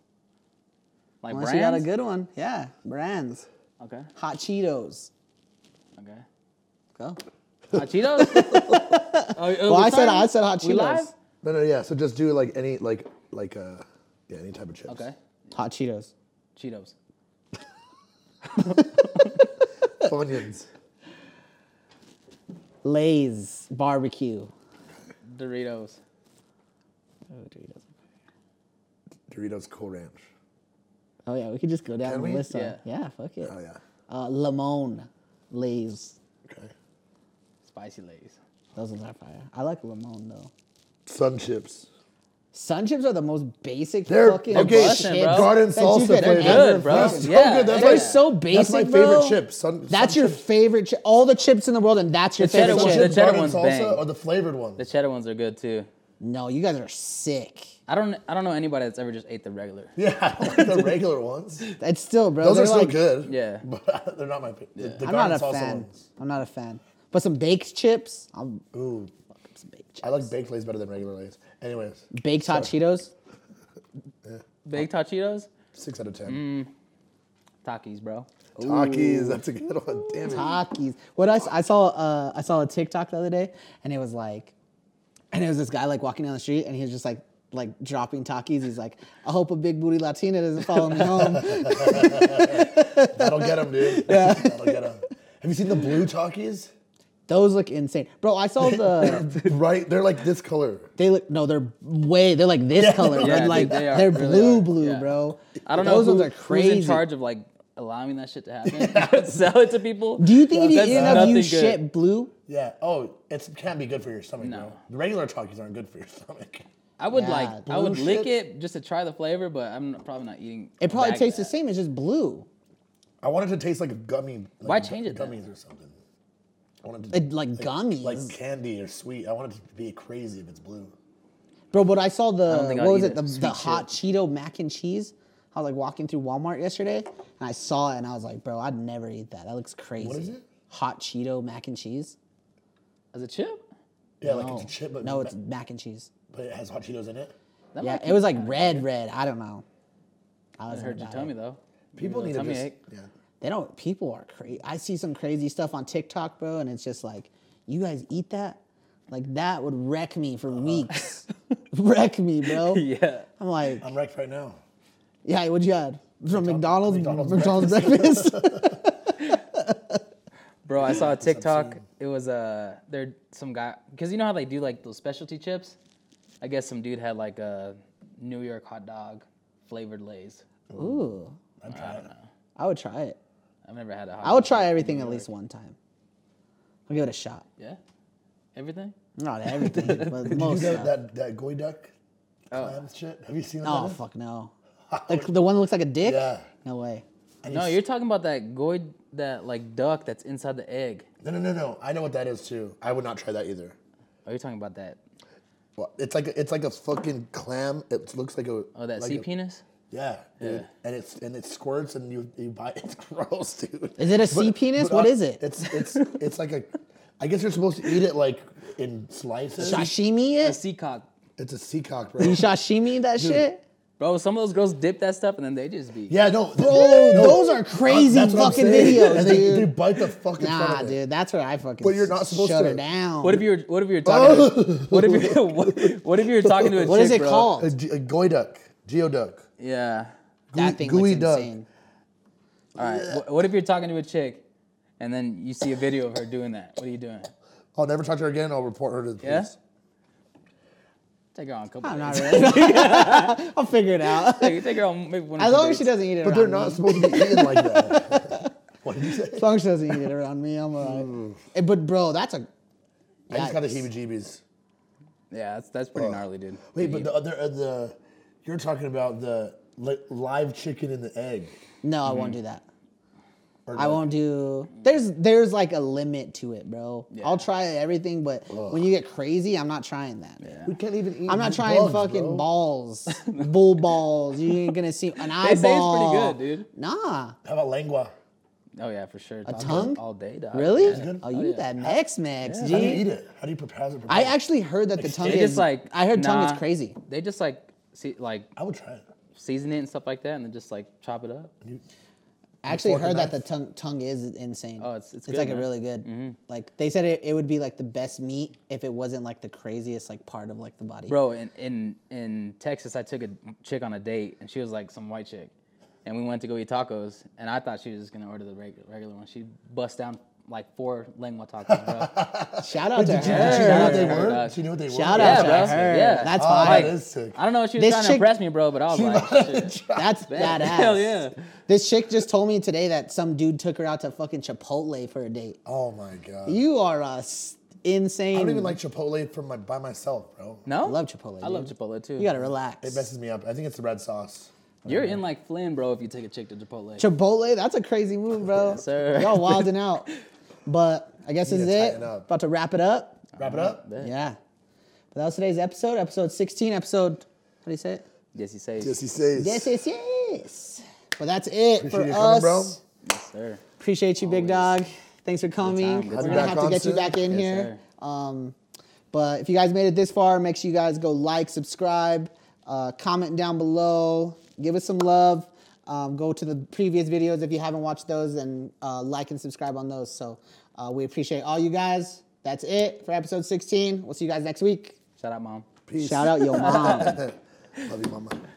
Like
Unless
brands?
you got a good one. Yeah, brands.
okay,
Hot Cheetos.
okay.
Go.
Hot Cheetos? Oh, oh,
Well,
we
I said-
started?
I said Hot
We
Cheetos.
live?
No, no, yeah. So just do like any like like uh yeah any type of chips.
Okay,
Hot Cheetos.
Cheetos.
Funyuns.
Lay's barbecue.
Oh, Doritos.
Doritos Cool Ranch.
Oh yeah, we could just go down
Can
the
we?
list. Yeah.
Yeah.
yeah, fuck it.
Oh yeah.
Uh, Lamone, Lay's.
Okay.
Spicy Lays.
Those ones are fire. I like Lamone though.
Sun chips.
Sun chips are the most basic
They're
fucking
okay.
chips
bussin', bro.
Garden
that you could
salsa flavor.
ever
Good, bro.
fucking-
That's so
Yeah,
good. That's
They're
my,
so basic,
That's my
bro.
favorite chip. Sun,
That's
sun
your
chips.
favorite chip. All the chips in the world, and that's your
cheddar
favorite
one-
chip.
the cheddar
garden
ones
salsa
bang.
or the flavored one.
The cheddar ones are good too.
No, you guys are sick.
I don't. I don't know anybody that's ever just ate the regular.
yeah, I like the regular ones.
It's still, bro.
Those
they're
are still
like-
good.
Yeah.
but they're not my favorite. The, the
I'm not
garden
a
salsa
fan.
ones.
I'm not a fan. But some baked chips. I'm
Ooh,
some baked chips.
I like baked lays better than regular lays. Anyways,
baked hot Cheetos.
Baked hot Cheetos,
six out of ten.
Takis, bro.
Takis, that's a good one. Damn it.
Takis. What else? I saw uh, I saw a TikTok the other day, and it was like, and it was this guy like walking down the street, and he was just like like dropping Takis. He's like, I hope a big booty Latina doesn't follow me home.
That'll get them, dude. Yeah. That'll get them. Have you seen the blue Takis?
Those look insane, bro. I saw the.
right, they're like this color.
They look no, they're way. They're like this color.
Yeah,
Yeah,
dude,
like
they
they
are-
are
really
blue,
are.
blue,
Yeah.
bro.
I don't
Those
know who,
ones are crazy.
who's in charge of like allowing that shit to happen. Sell it to people.
Do you think if you
That's
eat enough,
nothing
you
good.
shit blue?
Yeah. Oh, it can't be good for your stomach,
No.
bro. The regular Takis aren't good for your stomach.
I would
Yeah,
like. I would
blue
lick
shit?
it just to try the flavor, but I'm not- probably not eating.
It probably
bags of
tastes the
that.
same. It's just blue.
I want it to taste like a gummy. Like
Why change it then?
Gummies or something. I want it to
It, like gummies.
like candy or sweet. I want it to be crazy if it's blue.
Bro, but I saw
don't
the
think
what
I'll
was
eat
it?
it.
The,
Sweet
the
shit.
hot Cheeto mac and cheese. I was like walking through Walmart yesterday and I saw it and I was like, bro, I'd never eat that. That looks crazy.
is it?
Hot Cheeto mac and cheese.
As a chip?
Yeah, like it's a chip, but,
No, it's mac and cheese.
but it has hot Cheetos in it.
That
Yeah,
might
it was like red, red. I don't know. I
I
was
heard your tummy though.
People
Your
need to
tummy
just
ache.
yeah.
They don't. People are crazy. I see some crazy stuff on TikTok, bro, and it's just like, you guys eat that? Like that would wreck me for weeks. wreck me, bro.
Uh-huh. Yeah.
I'm like,
I'm wrecked right now.
yeah. What you had from McDonald's?
McDonald's
McDonald's, breakfast.
Bro, I saw a TikTok. It was uh, there some guy because you know how they do like those specialty chips. I guess some dude had like a New York hot dog flavored Lay's.
Ooh,
I'm tired.
I would try it.
I've never had a hot.
I would try everything at least one time. I'll give it a shot.
Yeah. Everything.
Not everything, but
You
most.
know
stuff.
that that goy duck clam shit? Have you seen that?
Oh fuck no. The, the one that looks like a dick.
Yeah.
No way.
No, you're talking about that goy, that like duck that's inside the egg.
No, no, no, no. I know what that is too. I would not try that either.
Oh, you're talking about that.
Well, it's like a, it's like a fucking clam. It looks like a
Oh, that
like
sea
a-
penis.
Yeah, dude. And it's and it squirts and you you bite. It's gross, dude.
Is it a sea penis? What
uh,
is it?
It's it's it's like a. I guess you're supposed to eat it like in slices.
Sashimi
A
it?
sea cock.
It's a sea cock,
You
bro.
sashimi that shit?
Bro, some of those girls dip that stuff and then they just be.
Yeah, no, uh, bro.
those are crazy fucking videos,
and they,
dude.
They bite the fucking.
Nah,
front of it.
dude, that's where I fucking.
But you're not supposed
shut
to.
her down.
What if you're What if you're talking? To, what if you're what, what if you're talking to a
What
chick,
is it
bro?
called?
A, g- a goy duck, geo duck.
Yeah.
that
Gooey-
thing
gooey
looks
duck.
insane.
All right. wh- What if you're talking to a chick, and then you see a video of her doing that? What are you doing?
I'll never talk to her again. I'll report her to the police.
Yeah. Take her on a couple.
I'm not
days.
really. I'll figure it out.
Take, take her on maybe one. or
As
two
long as
dates.
she doesn't eat it
But they're
around
not
me.
supposed to be eaten like that. what did you say?
As long as she doesn't eat it around me, I'm alright. Eh, But bro, that's a.
I just got the
Yikes.
heebie-jeebies.
Yeah, that's that's pretty gnarly, dude.
Wait, but the other uh, the you're talking about the li- live chicken and the egg.
No, I
Mm-hmm.
won't do that.
Or
I
no?
won't do. There's there's like a limit to it, bro. I'll try everything, but when you get crazy, I'm not trying that.
We can't even eat.
I'm not
these
trying
bugs,
fucking
bro.
balls, bull balls. You ain't gonna see an eyeball.
They say it's pretty good, dude.
Nah,
How about lengua?
Oh yeah, for sure. A
tongue?
all day, dog.
really?
good.
Oh, you eat that Mex Mex,
How do you
G.
eat it? How do you prepare it?
I actually heard that the tongue
They
is
just like
I heard tongue
nah.
is crazy.
They just like see like
I would try it.
season it and stuff like that, and then just like chop it up.
I actually
fork and
heard that the
knife?
tongue tongue is insane.
Oh, it's- it's good, Mm-hmm.
like a
man.
really good. Like they said, it, it would be like the best meat if it wasn't like the craziest like part of like the body.
Bro, in, in in Texas, I took a chick on a date, and she was like some white chick, and we went to go eat tacos, and I thought she was just gonna order the regular, regular one. She bust down like four lengua tacos, bro.
Shout out to
Did you,
her.
did you know what they
Yeah.
were? She knew what they were.
Shout
yeah,
out
bro.
to her.
Yeah,
That's
Oh,
fine.
that is sick.
I don't know if she was
This
trying to
chick-
impress me, bro, but I was like, shit.
That's
Bad.
badass.
Hell yeah.
This chick just told me today that some dude took her out to fucking Chipotle for a date.
Oh my god.
You are a s- insane.
I don't even like Chipotle for my by myself, bro.
no,
I love Chipotle.
I love
dude.
Chipotle too.
You gotta relax.
It messes me up. I think it's the red sauce.
You're in like Flynn, bro, if you take a chick to Chipotle.
Chipotle, that's a crazy move, bro.
sir.
Y'all wilding out. But I guess this
Need
is
to
it.
tighten up.
About to wrap it up.
Wrap it up.
Yeah. But that was today's episode, episode 16, episode, how do you say it?
yes, he says.
Yes, he says.
Yes, yes, yes. But that's it for
you
us.
coming, bro.
Yes, sir.
Appreciate you, big dog. Thanks for coming.
Good
We're
time.
gonna
Back
have to
on
get you
soon?
back in
Yes,
here. Um, but if you guys made it this far, make sure you guys go like, subscribe, uh, comment down below, give us some love. Um, go to the previous videos if you haven't watched those and uh, like and subscribe on those. So uh, we appreciate all you guys. That's it for episode 16. We'll see you guys next week.
Shout out, mom.
Peace.
Shout out your mom.
Love you, mama.